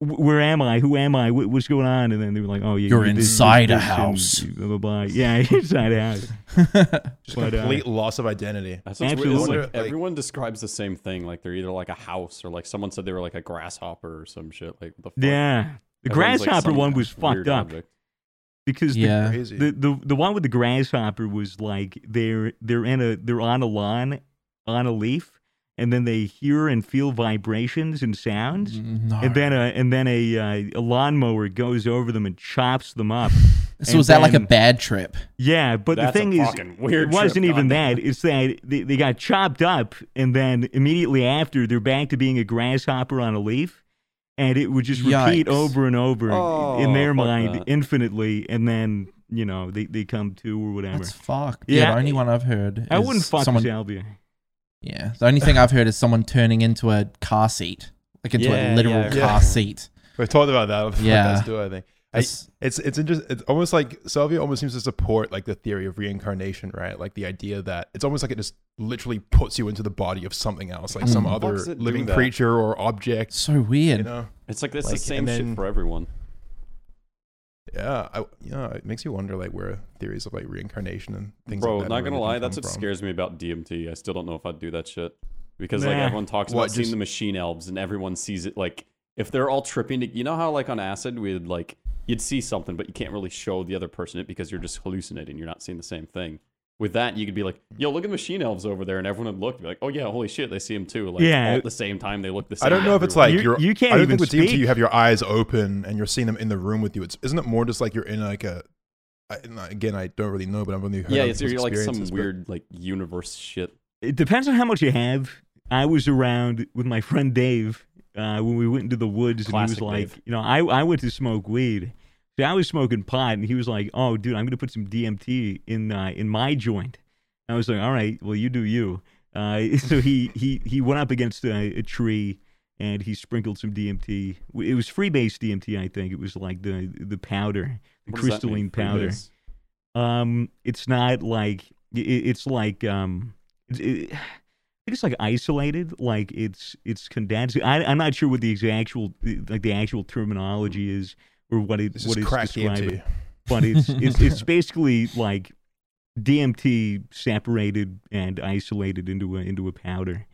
[SPEAKER 4] wh- where am I? Who am I? Wh- what's going on?" And then they were like, "Oh, you-
[SPEAKER 2] You're
[SPEAKER 4] you- this-
[SPEAKER 2] inside a
[SPEAKER 4] this- and
[SPEAKER 2] house.
[SPEAKER 4] Blah, blah, blah. Yeah, inside a house.
[SPEAKER 1] Just
[SPEAKER 4] But, uh,
[SPEAKER 1] complete loss of identity.
[SPEAKER 3] That's what's weird.
[SPEAKER 4] Absolutely.
[SPEAKER 3] It's like
[SPEAKER 1] Wonder, like-
[SPEAKER 3] everyone describes the same thing. Like they're either like a house or like someone said they were like a grasshopper or some shit. Like what the fuck?
[SPEAKER 4] Yeah, the
[SPEAKER 3] Everyone's, like,
[SPEAKER 4] grasshopper
[SPEAKER 3] some
[SPEAKER 4] one was
[SPEAKER 3] weird
[SPEAKER 4] fucked up
[SPEAKER 3] object.
[SPEAKER 4] because the
[SPEAKER 2] yeah.
[SPEAKER 1] Crazy.
[SPEAKER 4] The, the the one with the grasshopper was like they're they're in a they're on a lawn on a leaf and then they hear and feel vibrations and sounds
[SPEAKER 2] No.
[SPEAKER 4] and then a and then a, uh, a lawnmower goes over them and chops them up.
[SPEAKER 2] so
[SPEAKER 4] and
[SPEAKER 2] was that like a
[SPEAKER 4] then-
[SPEAKER 2] bad trip?
[SPEAKER 4] Yeah, but
[SPEAKER 3] That's
[SPEAKER 4] the thing
[SPEAKER 3] a
[SPEAKER 4] is
[SPEAKER 3] fucking weird.
[SPEAKER 4] it wasn't
[SPEAKER 3] trip,
[SPEAKER 4] even
[SPEAKER 3] God.
[SPEAKER 4] that. It's that they, they got chopped up, and then immediately after, they're back to being a grasshopper on a leaf, and it would just
[SPEAKER 2] Yikes.
[SPEAKER 4] repeat over and over
[SPEAKER 3] Oh,
[SPEAKER 4] in their
[SPEAKER 3] fuck
[SPEAKER 4] mind
[SPEAKER 3] that.
[SPEAKER 4] infinitely, and then you know they, they come to or whatever.
[SPEAKER 2] That's fucked. Yeah,
[SPEAKER 4] Yeah,
[SPEAKER 2] the only one I've heard. Is
[SPEAKER 4] I wouldn't fuck
[SPEAKER 2] someone.
[SPEAKER 4] Salvia.
[SPEAKER 2] Yeah, the only thing I've heard is someone turning into a car seat, like into
[SPEAKER 3] Yeah,
[SPEAKER 2] a literal
[SPEAKER 3] yeah.
[SPEAKER 2] car
[SPEAKER 1] Yeah.
[SPEAKER 2] seat.
[SPEAKER 1] We've talked about that. What
[SPEAKER 2] Yeah.
[SPEAKER 1] that's do I think. I,
[SPEAKER 2] That's-
[SPEAKER 1] it's it's interesting. It's almost like Salvia almost seems to support like the theory of reincarnation, right? Like the idea that it's almost like it just literally puts you into the body of something else, like some
[SPEAKER 2] Mm.
[SPEAKER 1] other
[SPEAKER 3] Fuck's it do
[SPEAKER 1] living
[SPEAKER 3] that?
[SPEAKER 1] creature or object.
[SPEAKER 2] so weird.
[SPEAKER 1] You know?
[SPEAKER 3] It's like it's
[SPEAKER 1] Like,
[SPEAKER 3] the same
[SPEAKER 1] and then-
[SPEAKER 3] shit for everyone.
[SPEAKER 1] Yeah. I, yeah. It makes you wonder like where theories of like reincarnation and things.
[SPEAKER 3] Bro,
[SPEAKER 1] like that
[SPEAKER 3] not
[SPEAKER 1] really
[SPEAKER 3] gonna
[SPEAKER 1] can
[SPEAKER 3] lie,
[SPEAKER 1] come
[SPEAKER 3] that's what
[SPEAKER 1] from.
[SPEAKER 3] scares me about DMT. I still don't know if I'd do that shit because like
[SPEAKER 4] Nah.
[SPEAKER 3] everyone talks
[SPEAKER 1] What,
[SPEAKER 3] about seeing
[SPEAKER 1] just-
[SPEAKER 3] the machine elves and everyone sees it. Like if they're all tripping, to, you know how like on acid we'd like you'd see something, but you can't really show the other person it because you're just hallucinating. You're not seeing the same thing. With that, you could be like, "Yo, look at machine elves over there," and everyone would look and be like, "Oh yeah, holy shit, they see them too!" Like
[SPEAKER 4] Yeah.
[SPEAKER 3] all at the same time, they look the same.
[SPEAKER 1] I don't know if it's like
[SPEAKER 4] You-
[SPEAKER 1] you're.
[SPEAKER 4] you can't
[SPEAKER 1] I don't
[SPEAKER 4] even
[SPEAKER 1] think with DMT
[SPEAKER 4] speak.
[SPEAKER 1] you have your eyes open and you're seeing them in the room with you. It's isn't it more just like you're in like a. I, not- again, I don't really know, but I've only heard.
[SPEAKER 3] yeah,
[SPEAKER 1] other
[SPEAKER 3] it's you're
[SPEAKER 1] people's
[SPEAKER 3] like some
[SPEAKER 1] experiences, but-
[SPEAKER 3] weird like universe shit.
[SPEAKER 4] It depends on how much you have. I was around with my friend Dave uh, when we went into the woods,
[SPEAKER 3] Classic
[SPEAKER 4] and he was like,
[SPEAKER 3] Dave.
[SPEAKER 4] you know, I, I went to smoke weed. So I was smoking pot, and he was like, "Oh, dude, I'm gonna put some DMT in uh, in my joint." I was like, "All right, well, you do you." Uh, so he he he went up against a, a tree, and he sprinkled some DMT. It was free base DMT, I think. It was like the the powder, the
[SPEAKER 3] What does that mean?
[SPEAKER 4] crystalline powder.
[SPEAKER 3] Freebase.
[SPEAKER 4] Um, it's not like i- i it's like um, it, it, I think it's like isolated. Like it's it's condensed. I, I'm not sure what the ex- actual like the actual terminology is or what it
[SPEAKER 1] This
[SPEAKER 4] what
[SPEAKER 1] is
[SPEAKER 4] it's
[SPEAKER 1] crack E
[SPEAKER 4] describing.
[SPEAKER 1] DMT.
[SPEAKER 4] But it's it's it's basically like DMT separated and isolated into a into a powder.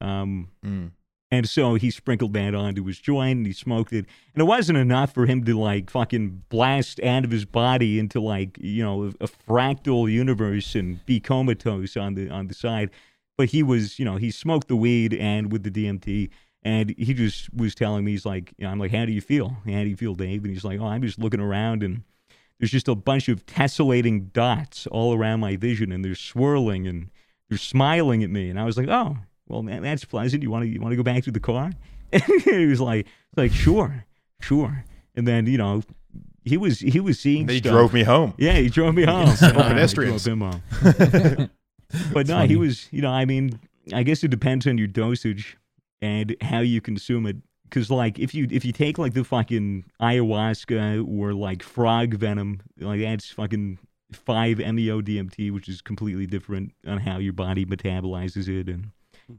[SPEAKER 4] Um,
[SPEAKER 1] Mm.
[SPEAKER 4] and so he sprinkled that onto his joint and he smoked it. And it wasn't enough for him to like fucking blast out of his body into like, you know, a, a fractal universe and be comatose on the on the side. But he was, you know, he smoked the weed and with the DMT and he just was telling me he's like, you know, I'm like, How do you feel? How do you feel, Dave? And he's like, Oh, I'm just looking around and there's just a bunch of tessellating dots all around my vision and they're swirling and they're smiling at me and i was like oh well man, that's pleasant you want to you want to go back to the car and he was like like sure sure and then you know he was he was seeing
[SPEAKER 1] They
[SPEAKER 4] stuff.
[SPEAKER 1] drove me home.
[SPEAKER 4] yeah he drove me home
[SPEAKER 1] Some
[SPEAKER 4] Uh, he
[SPEAKER 1] pedestrians.
[SPEAKER 4] drove him home. but no he
[SPEAKER 2] funny.
[SPEAKER 4] was you know i mean i guess it depends on your dosage and how you consume it because like if you if you take like the fucking ayahuasca or like frog venom like that's fucking E 5 meo dmt which is completely different on how your body metabolizes it and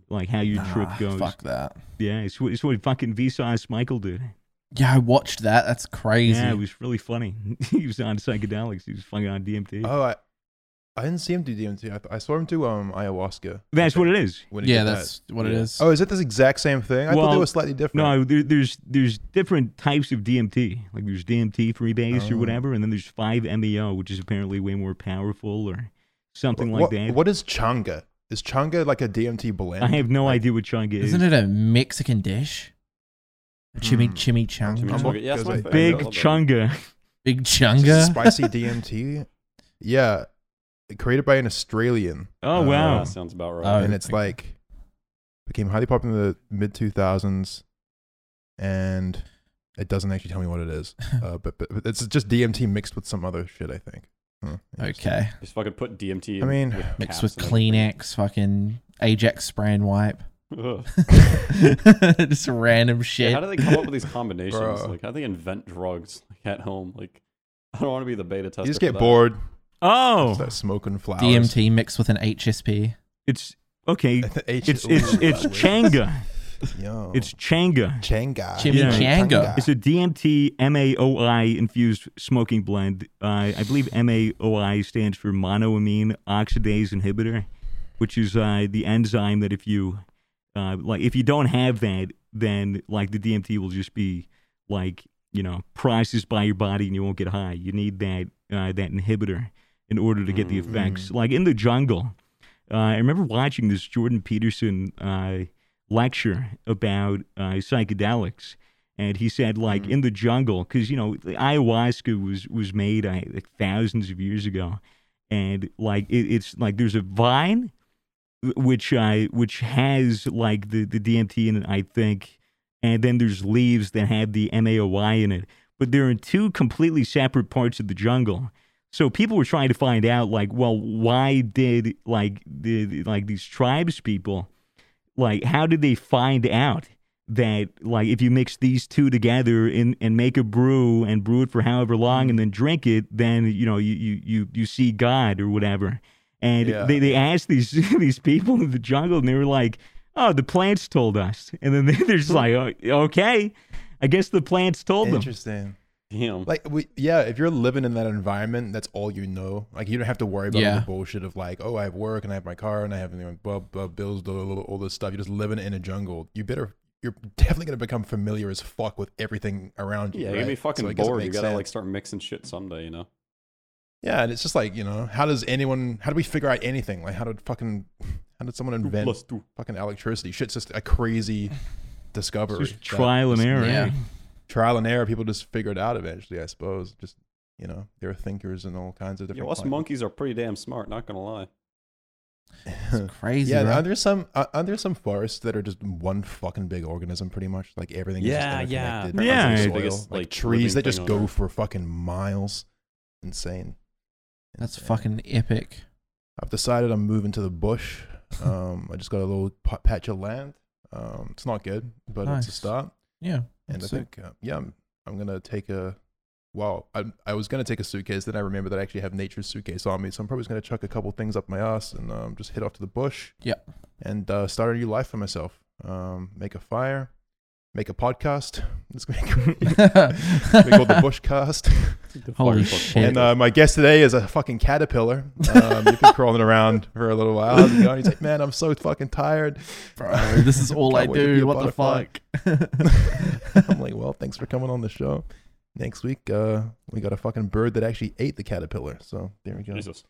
[SPEAKER 4] like how your trip
[SPEAKER 2] Nah,
[SPEAKER 4] goes
[SPEAKER 2] Ah, Fuck that.
[SPEAKER 4] yeah it's what, it's what fucking vsauce michael did
[SPEAKER 2] Yeah, I watched that. That's crazy.
[SPEAKER 4] yeah it was really funny he was on psychedelics he was fucking on dmt
[SPEAKER 1] Oh, I, I didn't see him do DMT. I, th- I saw him do um ayahuasca.
[SPEAKER 4] that's what it is
[SPEAKER 1] When he
[SPEAKER 2] yeah,
[SPEAKER 1] did that.
[SPEAKER 2] that's what it
[SPEAKER 3] Yeah.
[SPEAKER 2] is.
[SPEAKER 1] Oh, is it this exact same thing? I thought they
[SPEAKER 4] Well,
[SPEAKER 1] were slightly different.
[SPEAKER 4] No, there, there's there's different types of DMT. Like there's DMT freebase or
[SPEAKER 1] Oh.
[SPEAKER 4] whatever, and then there's 5-MeO, which is apparently way more powerful or something like
[SPEAKER 1] what,
[SPEAKER 4] that.
[SPEAKER 1] What is changa? Is changa like a DMT blend?
[SPEAKER 4] I have no idea what chunk is.
[SPEAKER 2] Isn't it a Mexican dish? A chimi
[SPEAKER 1] Mm.
[SPEAKER 2] chimichanga,
[SPEAKER 1] Chimichanga.
[SPEAKER 3] Yeah, it's my
[SPEAKER 1] Goes like-
[SPEAKER 3] favorite.
[SPEAKER 4] Big
[SPEAKER 3] I love that.
[SPEAKER 4] chunga.
[SPEAKER 2] big
[SPEAKER 1] Is this
[SPEAKER 2] chunga.
[SPEAKER 1] spicy DMT. Yeah, created by an Australian.
[SPEAKER 4] Oh
[SPEAKER 1] Uh,
[SPEAKER 3] Yeah,
[SPEAKER 4] wow.
[SPEAKER 3] that sounds about right.
[SPEAKER 2] Oh,
[SPEAKER 1] and it's like became highly popular in the mid 2000s and it doesn't actually tell me what it is uh, but, but but it's just dmt mixed with some other shit i think Huh, interesting.
[SPEAKER 2] Okay,
[SPEAKER 3] Just fucking put DMT.
[SPEAKER 1] I
[SPEAKER 3] in
[SPEAKER 1] mean-
[SPEAKER 3] with
[SPEAKER 2] mixed
[SPEAKER 3] caps
[SPEAKER 2] with
[SPEAKER 3] and everything.
[SPEAKER 2] Kleenex, fucking Ajax spray and wipe.
[SPEAKER 3] Ugh.
[SPEAKER 2] Just random
[SPEAKER 3] Yeah,
[SPEAKER 2] shit.
[SPEAKER 3] how do they come up with these combinations?
[SPEAKER 1] Bro.
[SPEAKER 3] Like, how do they invent drugs like, at home? Like, I don't want to be the beta tester.
[SPEAKER 1] You just
[SPEAKER 3] for
[SPEAKER 1] get
[SPEAKER 3] that.
[SPEAKER 1] bored.
[SPEAKER 4] Oh,
[SPEAKER 1] Start smoking flowers.
[SPEAKER 2] DMT mixed with an HSP.
[SPEAKER 4] it's okay.
[SPEAKER 1] H-
[SPEAKER 4] It's it's
[SPEAKER 1] Ooh, Oh.
[SPEAKER 4] it's
[SPEAKER 1] that
[SPEAKER 4] Changa.
[SPEAKER 1] word. Yo.
[SPEAKER 4] It's Changa.
[SPEAKER 1] Changa.
[SPEAKER 2] Chimichanga.
[SPEAKER 4] It's a DMT MAOI infused smoking blend. Uh, I believe MAOI stands for monoamine oxidase inhibitor, which is uh, the enzyme that if you uh, like if you don't have that, then like the DMT will just be like you know processed by your body and you won't get high. You need that uh, that inhibitor in order to get the effects. Like in the jungle, uh, I remember watching this Jordan Peterson uh, lecture about uh, psychedelics, and he said like in the jungle because you know the ayahuasca was was made I, like thousands of years ago, and like it, it's like there's a vine wh- which I which has like the the DMT in it, I think, and then there's leaves that have the MAOI in it, but they're in two completely separate parts of the jungle. So people were trying to find out like, well, why did like the the- like these tribes people like how did they find out that like if you mix these two together and, and make a brew and brew it for however long and then drink it then you know you you you, you see god or whatever and
[SPEAKER 1] Yeah.
[SPEAKER 4] they, they asked these these people in the jungle and they were like oh the plants told us and then they're just like oh, okay i guess the plants told them
[SPEAKER 1] Interesting.
[SPEAKER 3] Damn.
[SPEAKER 1] Like we, yeah. If you're living in that environment, that's all you know. Like you don't have to worry about all
[SPEAKER 2] Yeah.
[SPEAKER 1] the bullshit of like, oh, I have work and I have my car and I have you know, blah, blah, bills, blah, blah, blah, all this stuff. You're just living in a jungle. You better. You're definitely gonna become familiar as fuck with everything around you.
[SPEAKER 3] yeah,
[SPEAKER 1] right?
[SPEAKER 3] you're gonna be
[SPEAKER 1] So
[SPEAKER 3] fucking
[SPEAKER 1] I guess it
[SPEAKER 3] bored. You
[SPEAKER 1] makes
[SPEAKER 3] gotta
[SPEAKER 1] sense.
[SPEAKER 3] like start mixing shit someday. You know.
[SPEAKER 1] Yeah, and it's just like you know, how does anyone? How do we figure out anything? Like how did fucking? How did someone invent
[SPEAKER 3] Plus two.
[SPEAKER 1] fucking electricity? Shit's just a crazy discovery.
[SPEAKER 4] It's just
[SPEAKER 1] that
[SPEAKER 4] trial and
[SPEAKER 1] just-
[SPEAKER 4] error
[SPEAKER 2] yeah.
[SPEAKER 4] eh?
[SPEAKER 1] trial and error. People just figure it out eventually, I suppose. Just you know, they're thinkers and all kinds of
[SPEAKER 3] Yeah,
[SPEAKER 1] different.
[SPEAKER 3] us
[SPEAKER 1] kinds.
[SPEAKER 3] monkeys are pretty damn smart. Not gonna lie.
[SPEAKER 2] It's crazy.
[SPEAKER 1] yeah,
[SPEAKER 2] right?
[SPEAKER 1] are there some uh, are there some forests that are just one fucking big organism, pretty much? Like everything.
[SPEAKER 3] Yeah,
[SPEAKER 1] is just
[SPEAKER 3] yeah.
[SPEAKER 1] interconnected.
[SPEAKER 4] Yeah.
[SPEAKER 1] Like
[SPEAKER 4] It's the
[SPEAKER 1] soil,
[SPEAKER 3] biggest,
[SPEAKER 1] like,
[SPEAKER 3] like,
[SPEAKER 1] trees
[SPEAKER 3] living
[SPEAKER 1] that
[SPEAKER 3] thing
[SPEAKER 1] just
[SPEAKER 3] on
[SPEAKER 1] go
[SPEAKER 3] Earth.
[SPEAKER 1] for fucking miles. Insane.
[SPEAKER 2] That's
[SPEAKER 1] Insane.
[SPEAKER 2] fucking epic.
[SPEAKER 1] I've decided I'm moving to the bush. Um, I just got a little pa- patch of land. Um, it's not good, but it's a
[SPEAKER 2] Nice.
[SPEAKER 1] start.
[SPEAKER 2] Yeah.
[SPEAKER 1] And I
[SPEAKER 2] Sick.
[SPEAKER 1] think, uh, yeah, I'm, I'm gonna take a. Wow, I, I was gonna take a suitcase, then I remember that I actually have nature's suitcase on me, so I'm probably just gonna chuck a couple things up my ass and um, just head off to the bush.
[SPEAKER 2] Yep.
[SPEAKER 1] And uh, start a new life for myself. Um, make a fire, make a podcast. Let's make make all the bushcast.
[SPEAKER 2] Holy
[SPEAKER 3] Fucking-
[SPEAKER 2] shit.
[SPEAKER 1] And uh, my guest today is a fucking caterpillar. Um, you've been crawling around for a little while. How's it going? He's like, man, I'm so fucking tired.
[SPEAKER 2] Bro, this is all I
[SPEAKER 1] Can't wait to be
[SPEAKER 2] do.
[SPEAKER 1] a
[SPEAKER 2] What the
[SPEAKER 1] butterfly.
[SPEAKER 2] fuck?
[SPEAKER 1] I'm like, well, thanks for coming on the show. Next week, uh, we got a fucking bird that actually ate the caterpillar. So there we go.
[SPEAKER 3] Jesus.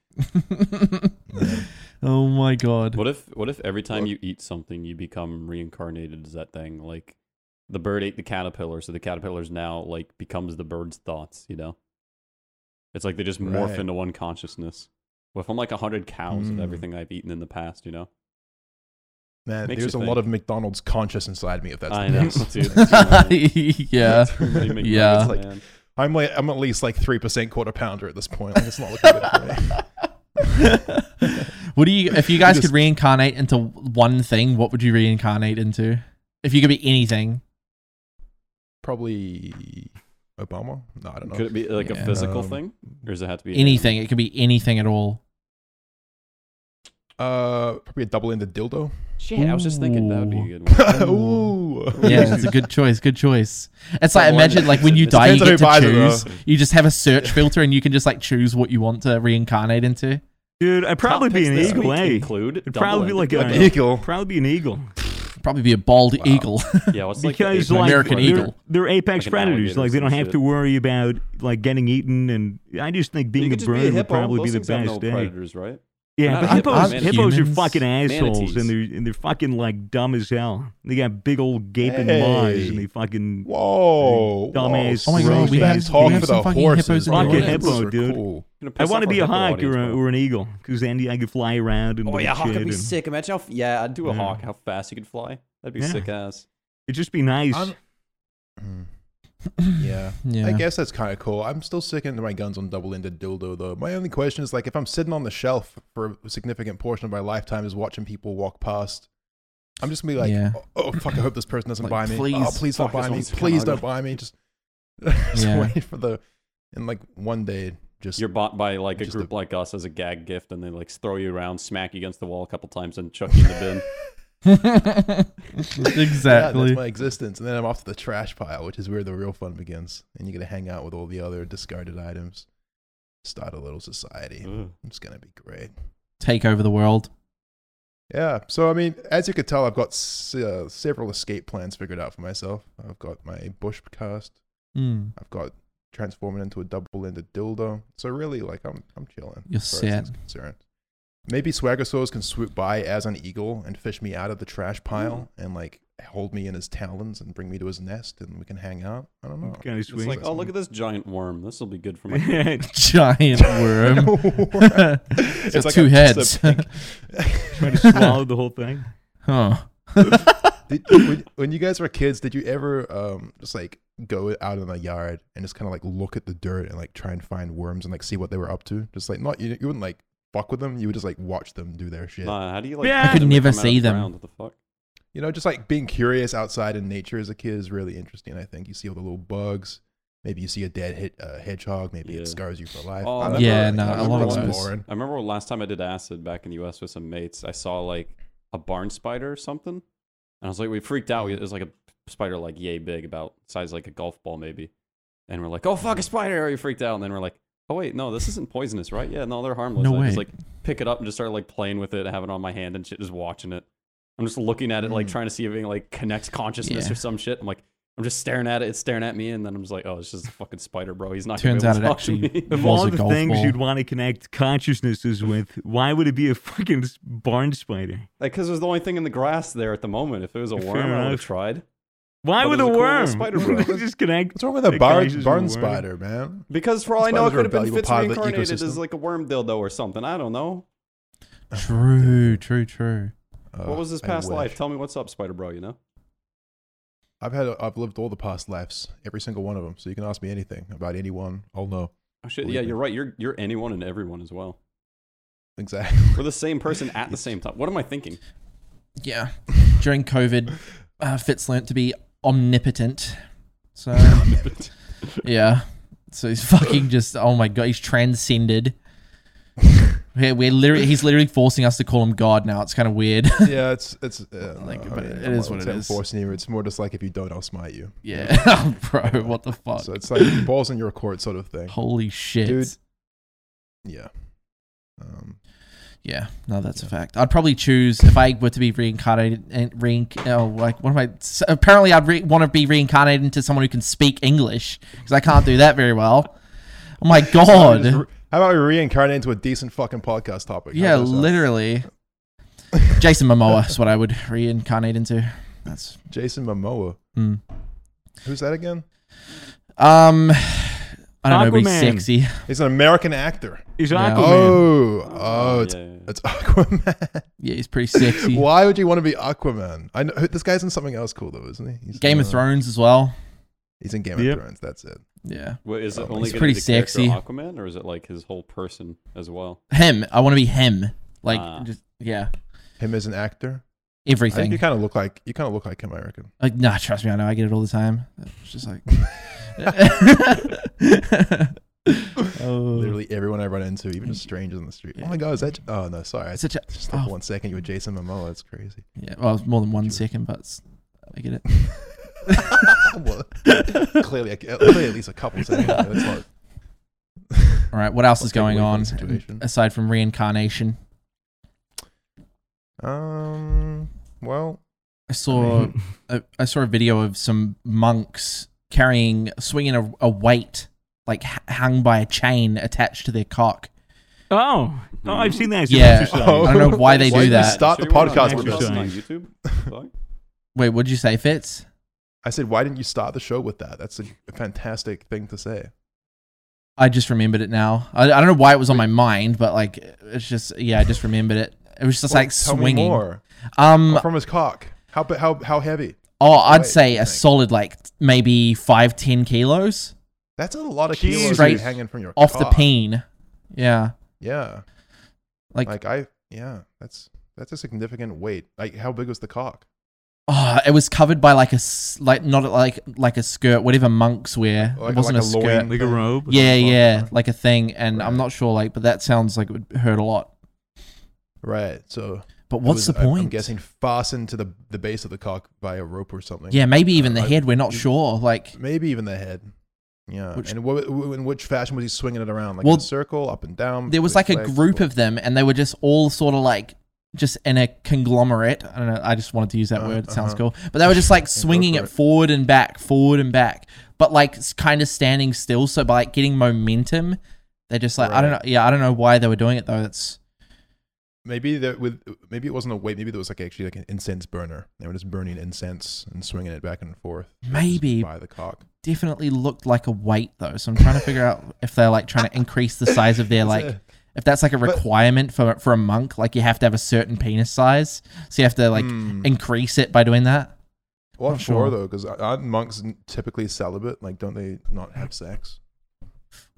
[SPEAKER 1] Yeah.
[SPEAKER 2] oh my god.
[SPEAKER 3] What if what if every time you eat something you become reincarnated as that thing? Like the bird ate the caterpillar, so the caterpillar's now like becomes the bird's thoughts, you know? It's like they just morph
[SPEAKER 1] Right.
[SPEAKER 3] into one consciousness. What if I'm like a hundred cows of
[SPEAKER 4] Hmm.
[SPEAKER 1] Mm.
[SPEAKER 3] everything I've eaten in the past, you know?
[SPEAKER 1] Man,
[SPEAKER 3] Makes
[SPEAKER 1] there's a
[SPEAKER 3] you
[SPEAKER 1] lot
[SPEAKER 3] think.
[SPEAKER 1] of McDonald's conscious inside me. If that's
[SPEAKER 3] I
[SPEAKER 1] the
[SPEAKER 3] know,
[SPEAKER 1] case.
[SPEAKER 3] dude.
[SPEAKER 2] yeah.
[SPEAKER 3] Too many McNuggets,
[SPEAKER 2] Yeah.
[SPEAKER 1] Like-
[SPEAKER 3] man.
[SPEAKER 1] I'm like, I'm at least like three percent quarter pounder at this point. Like, it's not looking good. For me.
[SPEAKER 2] What do you if you guys
[SPEAKER 1] Just-
[SPEAKER 2] could reincarnate into one thing, what would you reincarnate into? If you could be anything.
[SPEAKER 1] Probably Obama. No, I don't know.
[SPEAKER 3] Could it be like
[SPEAKER 2] Yeah.
[SPEAKER 3] a physical
[SPEAKER 1] Um,
[SPEAKER 3] thing? Or does it have to be an
[SPEAKER 2] Anything. It could be anything at all.
[SPEAKER 1] Uh, probably a double-ended dildo.
[SPEAKER 3] animal? Shit, I was just thinking that would be a good one.
[SPEAKER 1] Ooh.
[SPEAKER 2] Yeah, that's a good choice. Good choice. It's like
[SPEAKER 1] Double
[SPEAKER 2] imagine
[SPEAKER 1] ended.
[SPEAKER 2] like when you
[SPEAKER 1] It
[SPEAKER 2] die you
[SPEAKER 1] depends on
[SPEAKER 2] get
[SPEAKER 1] who
[SPEAKER 2] to
[SPEAKER 1] buys it, though.
[SPEAKER 2] choose. You just have a search filter and you can just like choose what you want to reincarnate into.
[SPEAKER 4] dude i'd probably
[SPEAKER 3] Top
[SPEAKER 4] be
[SPEAKER 3] picks
[SPEAKER 4] an
[SPEAKER 3] this
[SPEAKER 4] eagle
[SPEAKER 3] week
[SPEAKER 4] eh?
[SPEAKER 3] Include
[SPEAKER 4] It'd probably be like
[SPEAKER 3] double-ended
[SPEAKER 4] a-
[SPEAKER 3] dildo.
[SPEAKER 1] Eagle.
[SPEAKER 4] probably be an eagle
[SPEAKER 2] Probably be a bald eagle.
[SPEAKER 3] Yeah, what's like the apex
[SPEAKER 4] because like
[SPEAKER 2] American
[SPEAKER 4] they're,
[SPEAKER 3] predator?
[SPEAKER 2] eagle.
[SPEAKER 4] they're apex
[SPEAKER 3] Like an
[SPEAKER 4] predators.
[SPEAKER 3] alligator
[SPEAKER 4] Like they
[SPEAKER 3] or
[SPEAKER 4] don't
[SPEAKER 3] some
[SPEAKER 4] have
[SPEAKER 3] shit.
[SPEAKER 4] to worry about like getting eaten, and I just think
[SPEAKER 3] You
[SPEAKER 4] being a
[SPEAKER 3] could just be
[SPEAKER 4] bird would
[SPEAKER 3] hippo.
[SPEAKER 4] probably
[SPEAKER 3] Those
[SPEAKER 4] be the
[SPEAKER 3] things have no
[SPEAKER 4] best. eh?
[SPEAKER 3] predators, right?
[SPEAKER 4] Yeah,
[SPEAKER 3] Not
[SPEAKER 4] but
[SPEAKER 3] hippos,
[SPEAKER 4] hippos,
[SPEAKER 3] man-
[SPEAKER 4] hippos are
[SPEAKER 2] humans.
[SPEAKER 4] fucking assholes,
[SPEAKER 3] Manatees.
[SPEAKER 4] and they're and they're fucking like dumb as hell. They got big old gaping
[SPEAKER 1] Hey.
[SPEAKER 4] maws, and they fucking
[SPEAKER 1] Whoa.
[SPEAKER 4] Dumbass
[SPEAKER 1] whoa,
[SPEAKER 4] Oh my God, we
[SPEAKER 1] that
[SPEAKER 4] have-
[SPEAKER 1] talk
[SPEAKER 4] we
[SPEAKER 2] have
[SPEAKER 1] for
[SPEAKER 2] some
[SPEAKER 1] the
[SPEAKER 2] fucking
[SPEAKER 1] horses.
[SPEAKER 2] hippos in
[SPEAKER 1] bro.
[SPEAKER 4] the Fucking audience.
[SPEAKER 1] Hippos
[SPEAKER 4] hippo,
[SPEAKER 1] are
[SPEAKER 4] dude.
[SPEAKER 1] cool.
[SPEAKER 3] Gonna piss
[SPEAKER 4] I want to
[SPEAKER 3] off
[SPEAKER 4] be
[SPEAKER 3] our
[SPEAKER 4] a
[SPEAKER 3] hippo
[SPEAKER 4] hawk
[SPEAKER 3] audience,
[SPEAKER 4] or, a,
[SPEAKER 3] bro.
[SPEAKER 4] or an eagle because then I could fly around and
[SPEAKER 3] Oh
[SPEAKER 4] look
[SPEAKER 3] yeah,
[SPEAKER 4] at
[SPEAKER 3] hawk
[SPEAKER 4] shit
[SPEAKER 3] would be
[SPEAKER 4] and-
[SPEAKER 3] sick. Imagine how f- yeah, I'd do a
[SPEAKER 4] Yeah.
[SPEAKER 3] hawk. How fast you could fly. That'd be
[SPEAKER 4] Yeah.
[SPEAKER 3] sick ass.
[SPEAKER 4] It'd just be nice.
[SPEAKER 1] I'm- Mm. Yeah.
[SPEAKER 2] Yeah.
[SPEAKER 1] I guess that's kind of cool. I'm still sticking to my guns on double-ended dildo though. My only question is like if I'm sitting on the shelf for a significant portion of my lifetime is watching people walk past. I'm just gonna be like,
[SPEAKER 2] Yeah.
[SPEAKER 1] oh, oh, fuck! I hope this person doesn't
[SPEAKER 2] Like,
[SPEAKER 1] buy me. oh,
[SPEAKER 2] please,
[SPEAKER 1] please don't
[SPEAKER 3] fuck, this
[SPEAKER 1] buy me.
[SPEAKER 3] one's kinda
[SPEAKER 1] Please don't
[SPEAKER 3] ugly."
[SPEAKER 1] buy me. Just, just
[SPEAKER 2] Yeah.
[SPEAKER 1] wait for the. And like one day, just
[SPEAKER 3] You're bought by like a
[SPEAKER 1] Just
[SPEAKER 3] group
[SPEAKER 1] a-
[SPEAKER 3] like us as a gag gift, and they like throw you around, smack you against the wall a couple times, and chuck you in the bin.
[SPEAKER 1] Yeah,
[SPEAKER 2] exactly.
[SPEAKER 1] that's my existence. And then I'm off to the trash pile, which is where the real fun begins. And you're gonna hang out with all the other discarded items. Start a little society.
[SPEAKER 3] Ugh.
[SPEAKER 1] It's gonna be great.
[SPEAKER 2] Take over the world.
[SPEAKER 1] Yeah. So I mean, as you could tell, I've got s- uh, several escape plans figured out for myself. I've got my bush cast.
[SPEAKER 2] Mm.
[SPEAKER 1] I've got transforming into a double-ended dildo. So really, like, I'm I'm chilling.
[SPEAKER 2] You're
[SPEAKER 1] as far as that's concerned. Maybe Swaggersaurus can swoop by as an eagle and fish me out of the trash pile
[SPEAKER 2] Hmm.
[SPEAKER 1] and like hold me in his talons and bring me to his nest and we can hang out. I don't know.
[SPEAKER 4] Kinda sweet.
[SPEAKER 3] It's like, oh, look at this giant worm. This will be good for my.
[SPEAKER 2] Giant worm.
[SPEAKER 1] it's
[SPEAKER 2] got
[SPEAKER 1] like
[SPEAKER 2] two
[SPEAKER 1] a-
[SPEAKER 2] heads.
[SPEAKER 1] it's a pink-
[SPEAKER 4] Trying to swallow the whole thing.
[SPEAKER 2] huh.
[SPEAKER 1] Did, when, when you guys were kids, did you ever um just like go out in the yard and just kind of like look at the dirt and like try and find worms and like see what they were up to? Just like not you, you wouldn't like fuck with them. You would just like watch them do their shit.
[SPEAKER 3] Nah, how do you like?
[SPEAKER 4] Yeah. I
[SPEAKER 3] get
[SPEAKER 4] could
[SPEAKER 3] them to
[SPEAKER 2] never
[SPEAKER 3] come out of
[SPEAKER 2] see
[SPEAKER 3] the
[SPEAKER 2] them.
[SPEAKER 3] ground? What the fuck?
[SPEAKER 1] You know, just like being curious outside in nature as a kid is really interesting. I think you see all the little bugs. Maybe you see a dead hit, uh, hedgehog. Maybe
[SPEAKER 3] Yeah.
[SPEAKER 1] it scars you for life.
[SPEAKER 3] Oh,
[SPEAKER 1] I
[SPEAKER 3] I
[SPEAKER 1] don't
[SPEAKER 2] Yeah,
[SPEAKER 1] know,
[SPEAKER 2] no,
[SPEAKER 1] like,
[SPEAKER 2] a
[SPEAKER 1] I'm
[SPEAKER 2] lot of
[SPEAKER 1] just
[SPEAKER 2] those-
[SPEAKER 1] exploring.
[SPEAKER 3] I remember last time I did acid back in the U.S. with some mates. I saw like a barn spider or something, and I was like, we freaked out. We- It was like a spider like yay big, about size like a golf ball maybe, and we're like, oh fuck, a spider! We freaked out, and then we're like, oh wait, no, this isn't poisonous, right? Yeah, no, they're harmless.
[SPEAKER 2] No
[SPEAKER 3] I just
[SPEAKER 2] way.
[SPEAKER 3] like pick it up and just start like playing with it, having it on my hand and shit, just watching it. I'm just looking at it, like
[SPEAKER 1] Mm.
[SPEAKER 3] trying to see if it like connects consciousness
[SPEAKER 2] Yeah.
[SPEAKER 3] or some shit. I'm like. I'm just staring at it. It's staring at me, and then I'm just like, "Oh, it's just a fucking spider, bro. He's not." gonna
[SPEAKER 2] Turns
[SPEAKER 3] be
[SPEAKER 2] out
[SPEAKER 3] able to
[SPEAKER 2] it
[SPEAKER 3] talk to
[SPEAKER 2] actually
[SPEAKER 3] me."
[SPEAKER 4] Of
[SPEAKER 2] Balls
[SPEAKER 4] all
[SPEAKER 2] of
[SPEAKER 4] the
[SPEAKER 2] golf
[SPEAKER 4] things
[SPEAKER 2] ball.
[SPEAKER 4] you'd want to connect consciousnesses with, why would it be a fucking s- barn spider?
[SPEAKER 3] Like, because it was the only thing in the grass there at the moment. If it was a
[SPEAKER 4] Fair
[SPEAKER 3] worm, I would have
[SPEAKER 4] enough.
[SPEAKER 3] tried.
[SPEAKER 4] Why
[SPEAKER 3] But
[SPEAKER 4] would
[SPEAKER 3] it
[SPEAKER 4] a
[SPEAKER 3] was a cool little
[SPEAKER 4] worm?
[SPEAKER 3] spider, bro.
[SPEAKER 4] just connect.
[SPEAKER 1] What's wrong with a
[SPEAKER 4] That
[SPEAKER 1] barn,
[SPEAKER 4] guy's just
[SPEAKER 1] barn
[SPEAKER 4] a worm.
[SPEAKER 1] spider, man?
[SPEAKER 3] Because for all I know, it
[SPEAKER 1] Spiders are a
[SPEAKER 3] could have been
[SPEAKER 1] valuable
[SPEAKER 3] Fitz
[SPEAKER 1] part of the
[SPEAKER 3] reincarnated
[SPEAKER 1] ecosystem.
[SPEAKER 3] as like a worm dildo or something. I don't know.
[SPEAKER 2] True, true, true.
[SPEAKER 1] Ugh,
[SPEAKER 3] what was his
[SPEAKER 1] Uh, I
[SPEAKER 3] past
[SPEAKER 1] wish.
[SPEAKER 3] life? Tell me what's up, Spider Bro. You know.
[SPEAKER 1] I've had I've lived all the past lives, every single one of them. So you can ask me anything about anyone. I'll know
[SPEAKER 3] Oh shit!
[SPEAKER 1] Believe
[SPEAKER 3] Yeah,
[SPEAKER 1] me.
[SPEAKER 3] you're right. You're you're anyone and everyone as well.
[SPEAKER 1] exactly.
[SPEAKER 3] We're the same person at the same time. What am I thinking?
[SPEAKER 2] Yeah. During COVID, uh, Fitz learnt to be omnipotent. So,
[SPEAKER 1] Um,
[SPEAKER 2] yeah. So he's fucking just, oh my God, he's transcended. Yeah, we're literally, he's literally forcing us to call him God now. It's kind of weird.
[SPEAKER 1] yeah, it's it's uh,
[SPEAKER 2] Like,
[SPEAKER 1] no,
[SPEAKER 2] but
[SPEAKER 1] I mean,
[SPEAKER 2] it
[SPEAKER 1] I'm
[SPEAKER 2] is
[SPEAKER 1] not
[SPEAKER 2] what it
[SPEAKER 1] saying
[SPEAKER 2] is.
[SPEAKER 1] Forcing you, it's more just like if you don't, I'll smite you.
[SPEAKER 2] yeah. Oh, Bro, what the fuck?
[SPEAKER 1] So it's like balls in your court sort of thing.
[SPEAKER 2] Holy shit.
[SPEAKER 1] Dude. Yeah. Um,
[SPEAKER 2] Yeah, no, that's a fact. I'd probably choose if I were to be reincarnated and rein. Oh, like what am I? s- Apparently, I'd re- want to be reincarnated into someone who can speak English because I can't do that very well. Oh my
[SPEAKER 1] how about we just
[SPEAKER 2] god!
[SPEAKER 1] re- how about we reincarnate into a decent fucking podcast topic? How uh,
[SPEAKER 2] Yeah,
[SPEAKER 1] does that-
[SPEAKER 2] literally. Jason Momoa is what I would reincarnate into. That's
[SPEAKER 1] Jason Momoa.
[SPEAKER 2] mm.
[SPEAKER 1] Who's that again?
[SPEAKER 2] um, I don't know. Be
[SPEAKER 4] Aquaman.
[SPEAKER 2] sexy.
[SPEAKER 1] He's an American actor.
[SPEAKER 4] Is
[SPEAKER 2] No.
[SPEAKER 4] Aquaman?
[SPEAKER 1] Oh, oh, it's,
[SPEAKER 3] yeah, yeah, yeah.
[SPEAKER 1] it's Aquaman.
[SPEAKER 2] Yeah, he's pretty sexy.
[SPEAKER 1] Why would you want to be Aquaman? I know this guy's in something else cool though, isn't he? He's
[SPEAKER 2] Game
[SPEAKER 1] in,
[SPEAKER 2] of
[SPEAKER 1] uh,
[SPEAKER 2] Thrones as well.
[SPEAKER 1] He's in Game of
[SPEAKER 4] Yep.
[SPEAKER 1] Thrones. That's it.
[SPEAKER 2] Yeah,
[SPEAKER 3] Wait, is it
[SPEAKER 1] Um,
[SPEAKER 3] only
[SPEAKER 1] he's
[SPEAKER 3] gonna
[SPEAKER 2] pretty
[SPEAKER 3] be the character
[SPEAKER 2] sexy.
[SPEAKER 3] Aquaman, or is it like his whole person as well?
[SPEAKER 2] him. I want to be him. Like,
[SPEAKER 3] Ah.
[SPEAKER 2] just yeah,
[SPEAKER 1] Him as an actor. I think
[SPEAKER 2] everything.
[SPEAKER 1] you kind of look like you kind of look like him. I reckon.
[SPEAKER 2] Like, nah, trust me, I know. I get it all the time. It's just like. oh.
[SPEAKER 1] Literally everyone I run into, even just strangers on the street. Oh my god, is that? Oh no, sorry. I
[SPEAKER 2] Such a.
[SPEAKER 1] just
[SPEAKER 2] oh,
[SPEAKER 1] thought one second you were Jason Momoa. That's crazy.
[SPEAKER 2] yeah, well, it's more than one second, but it's, I get it.
[SPEAKER 1] well, clearly, clearly at least a couple seconds. That's not
[SPEAKER 2] All right, what else is
[SPEAKER 1] I'll take away
[SPEAKER 2] going
[SPEAKER 1] from
[SPEAKER 2] on
[SPEAKER 1] the situation.
[SPEAKER 2] aside from reincarnation?
[SPEAKER 1] Um. Well,
[SPEAKER 2] I saw I, I saw a video of some monks carrying swinging a, a weight like h- hung by a chain attached to their cock.
[SPEAKER 4] Oh, oh, I've seen that. It's
[SPEAKER 2] Yeah.
[SPEAKER 4] an exercise.
[SPEAKER 3] Oh,
[SPEAKER 2] I don't know why they
[SPEAKER 1] Why
[SPEAKER 2] do
[SPEAKER 1] did we
[SPEAKER 2] that.
[SPEAKER 1] stop the
[SPEAKER 3] Should we run
[SPEAKER 1] podcast
[SPEAKER 4] with
[SPEAKER 3] on
[SPEAKER 4] this?
[SPEAKER 3] on YouTube? Fuck.
[SPEAKER 2] Wait, what did you say, Fitz?
[SPEAKER 1] I said, why didn't you start the show with that? That's a fantastic thing to say.
[SPEAKER 2] I just remembered it now. I, I don't know why it was on my mind, but like it's just yeah, I just remembered it. It was just
[SPEAKER 1] Well,
[SPEAKER 2] like
[SPEAKER 1] tell
[SPEAKER 2] swinging.
[SPEAKER 1] me more
[SPEAKER 2] Um,
[SPEAKER 1] from his cock. How bi- how how heavy?
[SPEAKER 2] Oh, I'd
[SPEAKER 1] Wait,
[SPEAKER 2] say a
[SPEAKER 1] thank-
[SPEAKER 2] solid like maybe five ten kilos
[SPEAKER 1] That's a lot of kilos
[SPEAKER 4] Jesus.
[SPEAKER 1] dude, hanging from your
[SPEAKER 2] off the
[SPEAKER 1] cock.
[SPEAKER 2] peen. Yeah,
[SPEAKER 1] Yeah.
[SPEAKER 2] Like-
[SPEAKER 1] like I yeah, that's that's a significant weight. Like how big was the cock?
[SPEAKER 2] oh, it was covered by like a s- like not like like a skirt, whatever monks wear.
[SPEAKER 1] Like-
[SPEAKER 2] it wasn't
[SPEAKER 1] like
[SPEAKER 2] a,
[SPEAKER 1] a
[SPEAKER 2] skirt.
[SPEAKER 1] loin.
[SPEAKER 4] like a robe.
[SPEAKER 2] Yeah,
[SPEAKER 1] Something like
[SPEAKER 2] yeah,
[SPEAKER 1] that.
[SPEAKER 2] like a thing. And I'm
[SPEAKER 1] Right.
[SPEAKER 2] not sure, like, but that sounds like it would hurt a lot.
[SPEAKER 1] Right. So
[SPEAKER 2] But
[SPEAKER 1] it
[SPEAKER 2] what's
[SPEAKER 1] was,
[SPEAKER 2] the
[SPEAKER 1] I-
[SPEAKER 2] point?
[SPEAKER 1] I'm guessing fastened to the the base of the cock by a rope or something.
[SPEAKER 2] Yeah, maybe even the
[SPEAKER 1] I-
[SPEAKER 2] head. We're not sure. Like,
[SPEAKER 1] Maybe even the head. Yeah.
[SPEAKER 2] Which-
[SPEAKER 1] and what, in which fashion was he swinging it around? Like in
[SPEAKER 2] Well,
[SPEAKER 1] a circle, up and down.
[SPEAKER 2] there was
[SPEAKER 1] with
[SPEAKER 2] like a
[SPEAKER 1] legs,
[SPEAKER 2] group
[SPEAKER 1] or-
[SPEAKER 2] of them, and they were just all sort of like just in a conglomerate. I don't know. I just wanted to use that
[SPEAKER 1] Uh,
[SPEAKER 2] word. It sounds
[SPEAKER 1] uh-huh.
[SPEAKER 2] cool. But they were just like swinging it
[SPEAKER 1] Conglomerate.
[SPEAKER 2] forward and back, forward and back, but like kind of standing still. So by like getting momentum, they're just like, I don't know.
[SPEAKER 1] Right.
[SPEAKER 2] Yeah, I don't know why they were doing it though. That's
[SPEAKER 1] Maybe that with maybe it wasn't a weight. Maybe there was like actually like an incense burner. They were just burning incense and swinging it back and forth. just
[SPEAKER 2] Maybe.
[SPEAKER 1] by the cock.
[SPEAKER 2] definitely looked like a weight though. So I'm trying to figure out if they're like trying to increase the size of their like if that's like a
[SPEAKER 1] But-
[SPEAKER 2] requirement for for a monk, like you have to have a certain penis size, so you have to like
[SPEAKER 1] Hmm.
[SPEAKER 2] increase it by doing that.
[SPEAKER 1] Well, I'm
[SPEAKER 2] Not
[SPEAKER 1] sure
[SPEAKER 2] sure.
[SPEAKER 1] though, because aren't monks typically celibate? Like, don't they not have sex?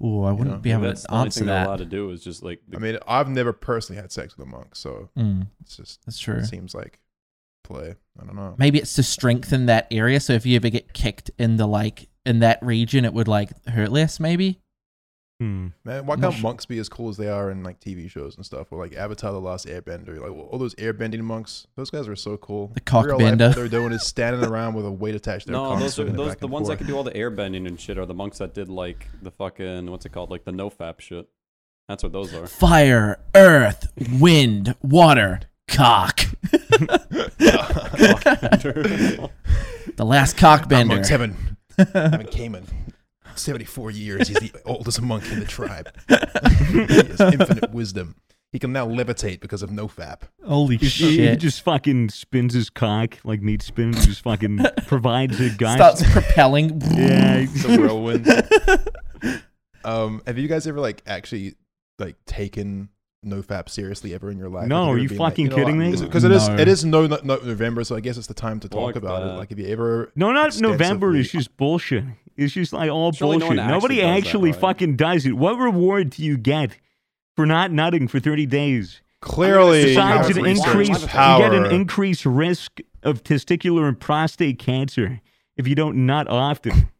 [SPEAKER 2] Oh, I wouldn't
[SPEAKER 1] Yeah.
[SPEAKER 2] be able
[SPEAKER 3] that's
[SPEAKER 2] to
[SPEAKER 3] the only
[SPEAKER 2] answer
[SPEAKER 3] thing they're allowed
[SPEAKER 2] that.
[SPEAKER 3] to do is just like the,
[SPEAKER 1] I mean, I've never personally had sex with a monk, so
[SPEAKER 2] Mm,
[SPEAKER 1] it's just
[SPEAKER 2] that's true.
[SPEAKER 1] it seems like play. I don't know.
[SPEAKER 2] Maybe it's to strengthen that area. So if you ever get kicked in the like in that region, it would like hurt less. Maybe.
[SPEAKER 4] Hmm.
[SPEAKER 1] Man, why
[SPEAKER 2] I'm not
[SPEAKER 1] can't
[SPEAKER 2] sure.
[SPEAKER 1] monks be as cool as they are in like TV shows and stuff? Or like Avatar: The Last Airbender, like all those airbending monks. Those guys are so cool.
[SPEAKER 2] The
[SPEAKER 1] In real life,
[SPEAKER 2] cockbender.
[SPEAKER 1] all they're doing is standing around with a weight attached to their
[SPEAKER 3] no
[SPEAKER 1] cock,
[SPEAKER 3] those are
[SPEAKER 1] swinging it
[SPEAKER 3] those
[SPEAKER 1] back
[SPEAKER 3] the
[SPEAKER 1] and
[SPEAKER 3] ones that
[SPEAKER 1] forth.
[SPEAKER 3] can do all the air bending and shit are the monks that did like the fucking what's it called like the nofap shit that's what those are
[SPEAKER 2] Fire, earth, wind, water, cock. The last
[SPEAKER 1] That monk's
[SPEAKER 2] cockbender.
[SPEAKER 1] heaven. Having Cayman. 74 years. He's the oldest monk in the tribe. he has infinite wisdom. He can now levitate because of no fap.
[SPEAKER 2] Holy
[SPEAKER 4] He- He,
[SPEAKER 2] shit!
[SPEAKER 4] just fucking spins his cock like meat spins. Just fucking provides a guy.
[SPEAKER 2] Starts propelling.
[SPEAKER 4] Yeah.
[SPEAKER 1] It's a whirlwind. um, have you guys ever like actually like taken no fap seriously ever in your life?
[SPEAKER 4] No, are you fucking kidding me?
[SPEAKER 1] Because it is
[SPEAKER 2] No.
[SPEAKER 1] it is no, no November, so I guess it's the time to talk
[SPEAKER 3] Fuck
[SPEAKER 1] about it.
[SPEAKER 3] that.
[SPEAKER 1] Like, have you ever?
[SPEAKER 4] No, not November.
[SPEAKER 1] extensively-
[SPEAKER 4] It's just bullshit. It's just like all
[SPEAKER 3] Surely no
[SPEAKER 4] bullshit.
[SPEAKER 3] one actually
[SPEAKER 4] Nobody
[SPEAKER 3] does that,
[SPEAKER 4] actually
[SPEAKER 3] right?
[SPEAKER 4] fucking does it. What reward do you get for not nutting for 30 days?
[SPEAKER 1] Clearly,
[SPEAKER 4] Besides
[SPEAKER 1] you have
[SPEAKER 4] an
[SPEAKER 1] research
[SPEAKER 4] increase,
[SPEAKER 1] power.
[SPEAKER 4] you get an increased risk of testicular and prostate cancer if you don't nut often.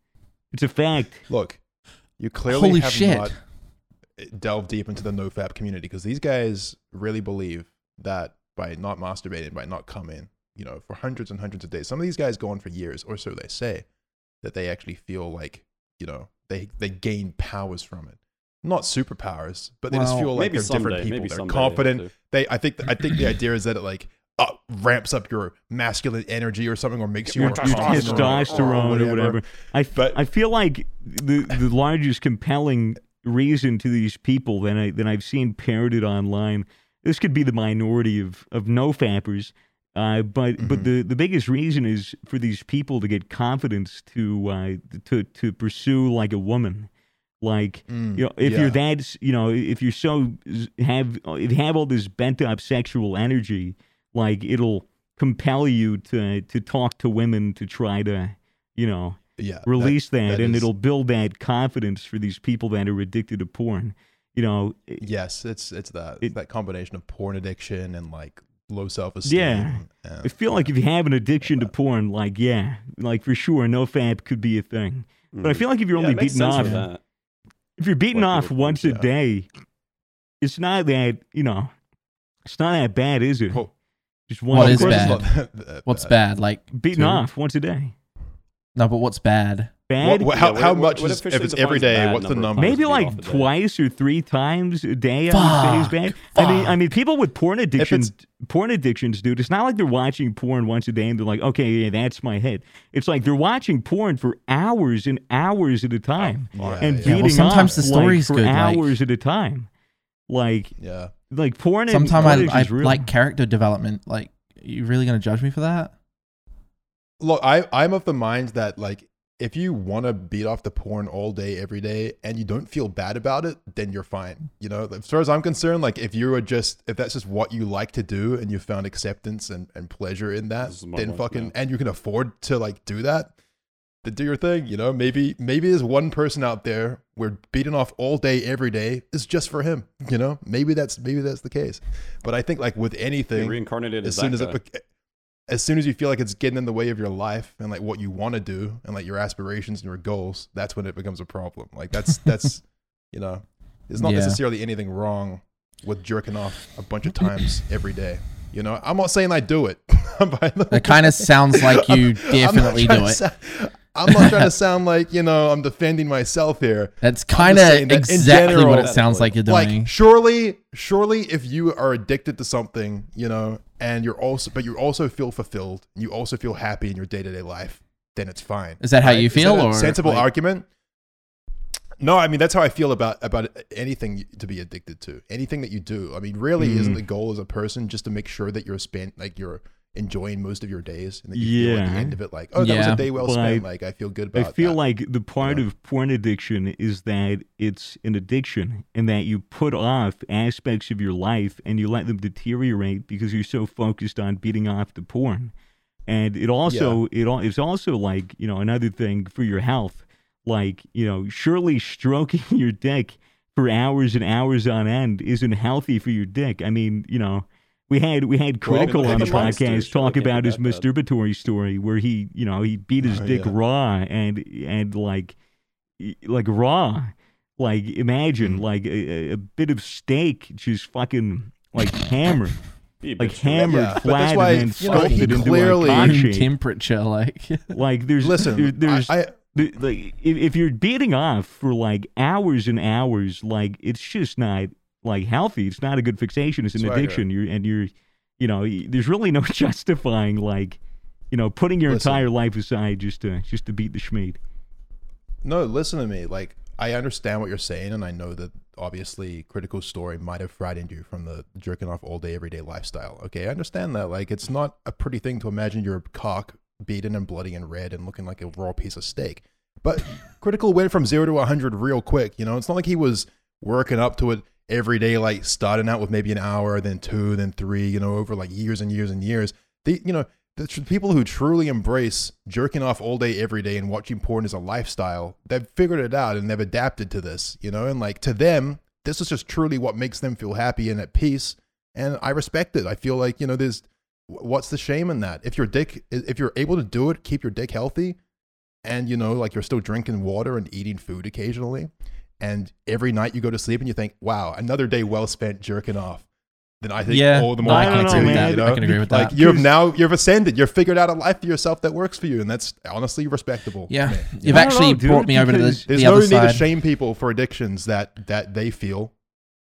[SPEAKER 4] It's a fact.
[SPEAKER 1] Look, you clearly
[SPEAKER 2] Holy
[SPEAKER 1] have
[SPEAKER 2] shit.
[SPEAKER 1] not delved deep into the nofap community because these guys really believe that by not masturbating, by not coming, you know, for hundreds and hundreds of days, some of these guys go on for years, or so they say, that they actually feel like, you know, they they gain powers from it. Not superpowers, but they just
[SPEAKER 2] Well,
[SPEAKER 1] feel like
[SPEAKER 3] maybe
[SPEAKER 1] they're
[SPEAKER 3] someday,
[SPEAKER 1] different people.
[SPEAKER 3] maybe
[SPEAKER 1] they're
[SPEAKER 3] someday they have
[SPEAKER 1] confident.
[SPEAKER 3] to.
[SPEAKER 1] They, I think, I think the idea is that it like uh, ramps up your masculine energy or something, or makes you
[SPEAKER 4] Your
[SPEAKER 1] more
[SPEAKER 4] testosterone or whatever. I, f-
[SPEAKER 1] But-
[SPEAKER 4] I feel like the the largest compelling reason to these people that I that I've seen parroted online. This could be the minority of of no fappers, uh, but
[SPEAKER 1] Mm-hmm.
[SPEAKER 4] but the, the biggest reason is for these people to get confidence to uh, to to pursue like a woman, like
[SPEAKER 1] Mm,
[SPEAKER 4] you know, if you're
[SPEAKER 1] yeah.
[SPEAKER 4] that s- you know if you're so have if you have all this bent up sexual energy, like it'll compel you to to talk to women to try to you know
[SPEAKER 1] Yeah, that-
[SPEAKER 4] release that,
[SPEAKER 1] that
[SPEAKER 4] and
[SPEAKER 1] is-
[SPEAKER 4] it'll build that confidence for these people that are addicted to porn. You know, it-
[SPEAKER 1] Yes, it's it's that
[SPEAKER 4] It-
[SPEAKER 1] that combination of porn addiction and like low self esteem.
[SPEAKER 4] Yeah. I feel like if you have an addiction to porn, like yeah, like for sure, no fab could be a thing. But I feel like if you're
[SPEAKER 3] Mm. Mm-hmm. Yeah, it
[SPEAKER 4] only
[SPEAKER 3] makes
[SPEAKER 4] beaten
[SPEAKER 3] sense
[SPEAKER 4] off,
[SPEAKER 3] for that.
[SPEAKER 4] if you're beaten
[SPEAKER 3] Like
[SPEAKER 4] off
[SPEAKER 3] people-
[SPEAKER 4] once a
[SPEAKER 1] yeah.
[SPEAKER 4] day, it's not that you know, it's not that bad, is it?
[SPEAKER 1] Well,
[SPEAKER 4] Just once
[SPEAKER 2] What
[SPEAKER 4] a
[SPEAKER 2] is
[SPEAKER 4] day.
[SPEAKER 2] bad?
[SPEAKER 1] uh,
[SPEAKER 2] What's bad? Like
[SPEAKER 4] Beaten
[SPEAKER 2] two?
[SPEAKER 4] off once a day.
[SPEAKER 2] No, but what's bad?
[SPEAKER 4] Bad.
[SPEAKER 1] how,
[SPEAKER 3] Yeah,
[SPEAKER 1] how
[SPEAKER 3] what-
[SPEAKER 1] much
[SPEAKER 3] what
[SPEAKER 1] is if
[SPEAKER 3] officially
[SPEAKER 1] it's every
[SPEAKER 3] defines
[SPEAKER 1] day?
[SPEAKER 3] bad
[SPEAKER 1] What's the
[SPEAKER 3] number of
[SPEAKER 1] number?
[SPEAKER 3] times?
[SPEAKER 4] Maybe
[SPEAKER 3] beat off
[SPEAKER 4] like
[SPEAKER 3] a day.
[SPEAKER 4] twice or three times a day. I would say is
[SPEAKER 2] Fuck,
[SPEAKER 4] bad. I mean,
[SPEAKER 2] fuck.
[SPEAKER 4] I mean, people with porn addictions,
[SPEAKER 1] it's-
[SPEAKER 4] porn addictions, dude. It's not like they're watching porn once a day and they're like, okay, yeah, that's my head. It's like they're watching porn for hours and hours at a time,
[SPEAKER 1] yeah,
[SPEAKER 4] and
[SPEAKER 1] yeah.
[SPEAKER 4] beating
[SPEAKER 2] well, sometimes
[SPEAKER 4] off,
[SPEAKER 2] the
[SPEAKER 4] like,
[SPEAKER 2] story's
[SPEAKER 4] for
[SPEAKER 2] good, like-
[SPEAKER 4] hours at a time. Like,
[SPEAKER 1] Yeah,
[SPEAKER 4] like porn.
[SPEAKER 2] Sometimes
[SPEAKER 4] porn
[SPEAKER 2] I, I
[SPEAKER 4] addiction's real.
[SPEAKER 2] like character development. Like, you really gonna judge me for that?
[SPEAKER 1] look, I I'm of the mind that like if you want to beat off the porn all day, every day, and you don't feel bad about it, then you're fine. You know, as far as I'm concerned, like if you were just, if that's just what you like to do and you found acceptance and, and pleasure in that,
[SPEAKER 3] This is my
[SPEAKER 1] then
[SPEAKER 3] life
[SPEAKER 1] fucking,
[SPEAKER 3] now.
[SPEAKER 1] and you can afford to like do that, then do your thing. You know, maybe, maybe there's one person out there where beating off all day, every day is just for him. You know, maybe that's, maybe that's the case. But I think like with
[SPEAKER 3] They
[SPEAKER 1] anything,
[SPEAKER 3] reincarnated
[SPEAKER 1] as soon as
[SPEAKER 3] that
[SPEAKER 1] it,
[SPEAKER 3] guy.
[SPEAKER 1] bec- as soon as you feel like it's getting in the way of your life and like what you want to do and like your aspirations and your goals, that's when it becomes a problem. Like that's that's you know, there's not
[SPEAKER 2] Yeah.
[SPEAKER 1] necessarily anything wrong with jerking off a bunch of times every day. You know, I'm not saying I do it. By the way.
[SPEAKER 2] That kind of sounds like you
[SPEAKER 1] I'm not
[SPEAKER 2] definitely
[SPEAKER 1] trying
[SPEAKER 2] do
[SPEAKER 1] to
[SPEAKER 2] it.
[SPEAKER 1] sou- I'm not trying to sound like you know I'm defending myself here.
[SPEAKER 2] That's
[SPEAKER 1] I'm
[SPEAKER 2] kind
[SPEAKER 1] just saying
[SPEAKER 2] of
[SPEAKER 1] that in
[SPEAKER 2] exactly
[SPEAKER 1] general-
[SPEAKER 2] what it sounds like you're doing.
[SPEAKER 1] Like surely, surely, if you are addicted to something, you know, and you're also, but you also feel fulfilled, you also feel happy in your day to day life, then it's fine.
[SPEAKER 2] Is that how you
[SPEAKER 1] Is that
[SPEAKER 2] feel,
[SPEAKER 1] a
[SPEAKER 2] or,
[SPEAKER 1] sensible
[SPEAKER 2] like-
[SPEAKER 1] argument? No, I mean that's how I feel about about anything to be addicted to. Anything that you do, I mean, really, isn't
[SPEAKER 4] Mm.
[SPEAKER 1] the goal as a person just to make sure that you're spent like you're enjoying most of your days and that you feel at the
[SPEAKER 4] Yeah.
[SPEAKER 1] end of it like, oh, that was
[SPEAKER 2] Yeah.
[SPEAKER 1] a day well
[SPEAKER 4] But I-
[SPEAKER 1] spent. like I feel good
[SPEAKER 4] I
[SPEAKER 1] about.
[SPEAKER 4] feel
[SPEAKER 1] that.
[SPEAKER 4] like the part
[SPEAKER 1] Yeah.
[SPEAKER 4] of porn addiction is that it's an addiction and that you put off aspects of your life and you let them deteriorate because you're so focused on beating off the porn. And it also it al- it's also like, you know, another thing for your health. Like, you know, surely stroking your dick for hours and hours on end isn't healthy for your dick. I mean, you know, we had we had
[SPEAKER 1] Well,
[SPEAKER 4] critical
[SPEAKER 1] look
[SPEAKER 4] on
[SPEAKER 1] at
[SPEAKER 4] the
[SPEAKER 1] the monster.
[SPEAKER 4] podcast
[SPEAKER 3] Surely
[SPEAKER 4] talk
[SPEAKER 3] can't be
[SPEAKER 4] about his
[SPEAKER 3] that bad.
[SPEAKER 4] masturbatory story where he, you know, he beat his
[SPEAKER 1] Oh,
[SPEAKER 4] dick
[SPEAKER 1] yeah.
[SPEAKER 4] raw and and like y- like raw, like imagine
[SPEAKER 1] Mm.
[SPEAKER 4] like a, a- a bit of steak just fucking like hammered,
[SPEAKER 3] Be a
[SPEAKER 4] like
[SPEAKER 3] bitch.
[SPEAKER 4] hammered
[SPEAKER 1] Yeah, but that's
[SPEAKER 4] flat
[SPEAKER 1] why,
[SPEAKER 4] and then
[SPEAKER 1] you know,
[SPEAKER 4] sculpted
[SPEAKER 1] he
[SPEAKER 4] into
[SPEAKER 1] clearly-
[SPEAKER 4] a cock
[SPEAKER 2] Room
[SPEAKER 4] shape.
[SPEAKER 2] temperature, like
[SPEAKER 4] Like there's
[SPEAKER 1] listen,
[SPEAKER 4] there- there's
[SPEAKER 1] I, I
[SPEAKER 4] the, like if, if you're beating off for like hours and hours, like it's just not like healthy. It's not a good fixation. It's an
[SPEAKER 1] That's right, yeah.
[SPEAKER 4] addiction. You're and you're, you know, y- there's really no justifying like, you know, putting your
[SPEAKER 1] Listen.
[SPEAKER 4] entire life aside just to just to beat the schmead.
[SPEAKER 1] No, listen to me. Like I understand what you're saying, and I know that obviously critical story might have frightened you from the jerking off all day, everyday lifestyle. Okay, I understand that. Like it's not a pretty thing to imagine your cock beaten and bloody and red and looking like a raw piece of steak. But critical went from zero to hundred real quick. You know, it's not like he was working up to it every day, like starting out with maybe an hour, then two, then three. You know, over like years and years and years. They, you know, the tr- people who truly embrace jerking off all day every day and watching porn as a lifestyle they've figured it out and they've adapted to this you know and like to them this is just truly what makes them feel happy and at peace and i respect it i feel like you know there's wh- what's the shame in that if your dick i- if you're able to do it keep your dick healthy and you know like you're still drinking water and eating food occasionally and every night you go to sleep and you think wow another day well spent jerking off then i think
[SPEAKER 2] Yeah.
[SPEAKER 1] all the
[SPEAKER 2] No,
[SPEAKER 1] more
[SPEAKER 2] I
[SPEAKER 4] don't know,
[SPEAKER 1] activity,
[SPEAKER 4] man.
[SPEAKER 1] you
[SPEAKER 4] I
[SPEAKER 1] know?
[SPEAKER 2] can agree with that.
[SPEAKER 1] like you've
[SPEAKER 4] Because-
[SPEAKER 1] now you've ascended you've figured out a life for yourself that works for you and that's honestly respectable to
[SPEAKER 2] yeah,
[SPEAKER 1] me.
[SPEAKER 2] you've
[SPEAKER 4] I don't
[SPEAKER 2] actually
[SPEAKER 4] know, dude,
[SPEAKER 2] brought me over to
[SPEAKER 4] because
[SPEAKER 2] the,
[SPEAKER 1] there's
[SPEAKER 2] the
[SPEAKER 1] no
[SPEAKER 2] other
[SPEAKER 1] need to
[SPEAKER 2] side.
[SPEAKER 1] shame people for addictions that that they feel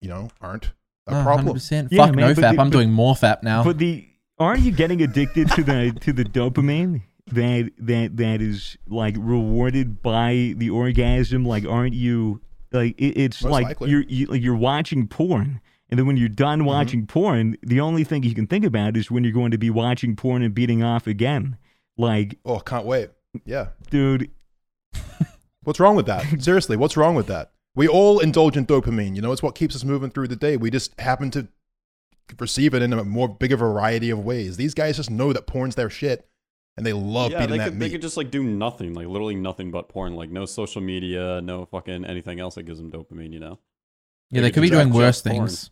[SPEAKER 1] you know aren't a
[SPEAKER 2] Oh,
[SPEAKER 1] problem
[SPEAKER 2] 100%.
[SPEAKER 4] Yeah,
[SPEAKER 2] Fuck
[SPEAKER 4] man,
[SPEAKER 2] no
[SPEAKER 4] but
[SPEAKER 2] fap.
[SPEAKER 4] the-
[SPEAKER 2] I'm
[SPEAKER 4] but-
[SPEAKER 2] doing more fap now.
[SPEAKER 4] But the aren't you getting addicted to the to the dopamine that that that is like rewarded by the orgasm? Like, aren't you like it, it's
[SPEAKER 1] Most
[SPEAKER 4] like
[SPEAKER 1] likely. Mm-hmm.
[SPEAKER 4] you're you, like you're watching porn, and then when you're done watching porn, the only thing you can think about is when you're going to be watching porn and beating off again. Like,
[SPEAKER 1] oh can't wait yeah
[SPEAKER 4] dude,
[SPEAKER 1] what's wrong with that seriously what's wrong with that we all indulge in dopamine you know it's what keeps us moving through the day we just happen to receive it in a more bigger variety of ways these guys just know that porn's their shit and they love
[SPEAKER 3] yeah,
[SPEAKER 1] beating
[SPEAKER 3] they
[SPEAKER 1] that
[SPEAKER 3] could,
[SPEAKER 1] meat
[SPEAKER 3] they could just like do nothing, like literally nothing but porn, like no social media, no fucking anything else that gives them dopamine, you know?
[SPEAKER 2] yeah,
[SPEAKER 3] they
[SPEAKER 2] they
[SPEAKER 3] could
[SPEAKER 2] could be
[SPEAKER 3] just
[SPEAKER 2] doing
[SPEAKER 3] jack
[SPEAKER 2] worse
[SPEAKER 3] porn.
[SPEAKER 2] things.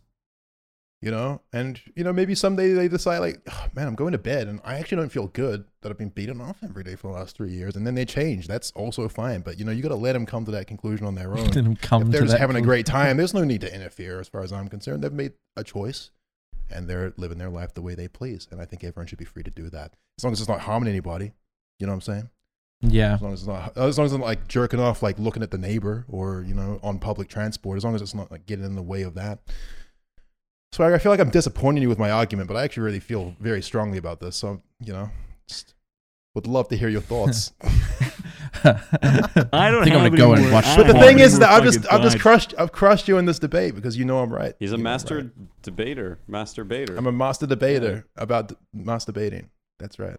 [SPEAKER 1] you know and you know maybe someday they decide like oh, man i'm going to bed and i actually don't feel good that i've been beaten off every day for the last three years and then they change that's also fine but you know you got to let them come to that conclusion on their own
[SPEAKER 2] Let them come
[SPEAKER 1] if they're
[SPEAKER 2] to
[SPEAKER 1] just
[SPEAKER 2] that
[SPEAKER 1] having a
[SPEAKER 2] conclusion.
[SPEAKER 1] great time there's no need to interfere as far as i'm concerned they've made a choice and they're living their life the way they please and i think everyone should be free to do that as long as it's not harming anybody you know what i'm saying
[SPEAKER 2] Yeah.
[SPEAKER 1] as long as it's not as long as it's not like jerking off like looking at the neighbor or you know on public transport as long as it's not like getting in the way of that so i feel like i'm disappointing you with my argument but i actually really feel very strongly about this so you know just would love to hear your thoughts
[SPEAKER 4] I don't
[SPEAKER 2] think I'm gonna
[SPEAKER 4] have
[SPEAKER 2] go
[SPEAKER 4] any
[SPEAKER 2] and
[SPEAKER 4] more-
[SPEAKER 2] watch
[SPEAKER 4] I
[SPEAKER 2] But
[SPEAKER 1] but
[SPEAKER 4] don't
[SPEAKER 1] the
[SPEAKER 4] have
[SPEAKER 1] thing
[SPEAKER 4] any
[SPEAKER 1] is
[SPEAKER 4] more
[SPEAKER 1] that i've
[SPEAKER 4] fucking
[SPEAKER 1] just i've just
[SPEAKER 4] thoughts.
[SPEAKER 1] crushed i've crushed you in this debate because you know i'm right
[SPEAKER 3] He's a
[SPEAKER 1] You know I'm
[SPEAKER 3] master
[SPEAKER 1] right.
[SPEAKER 3] debater, master baiter.
[SPEAKER 1] i'm a master debater about d- masturbating that's right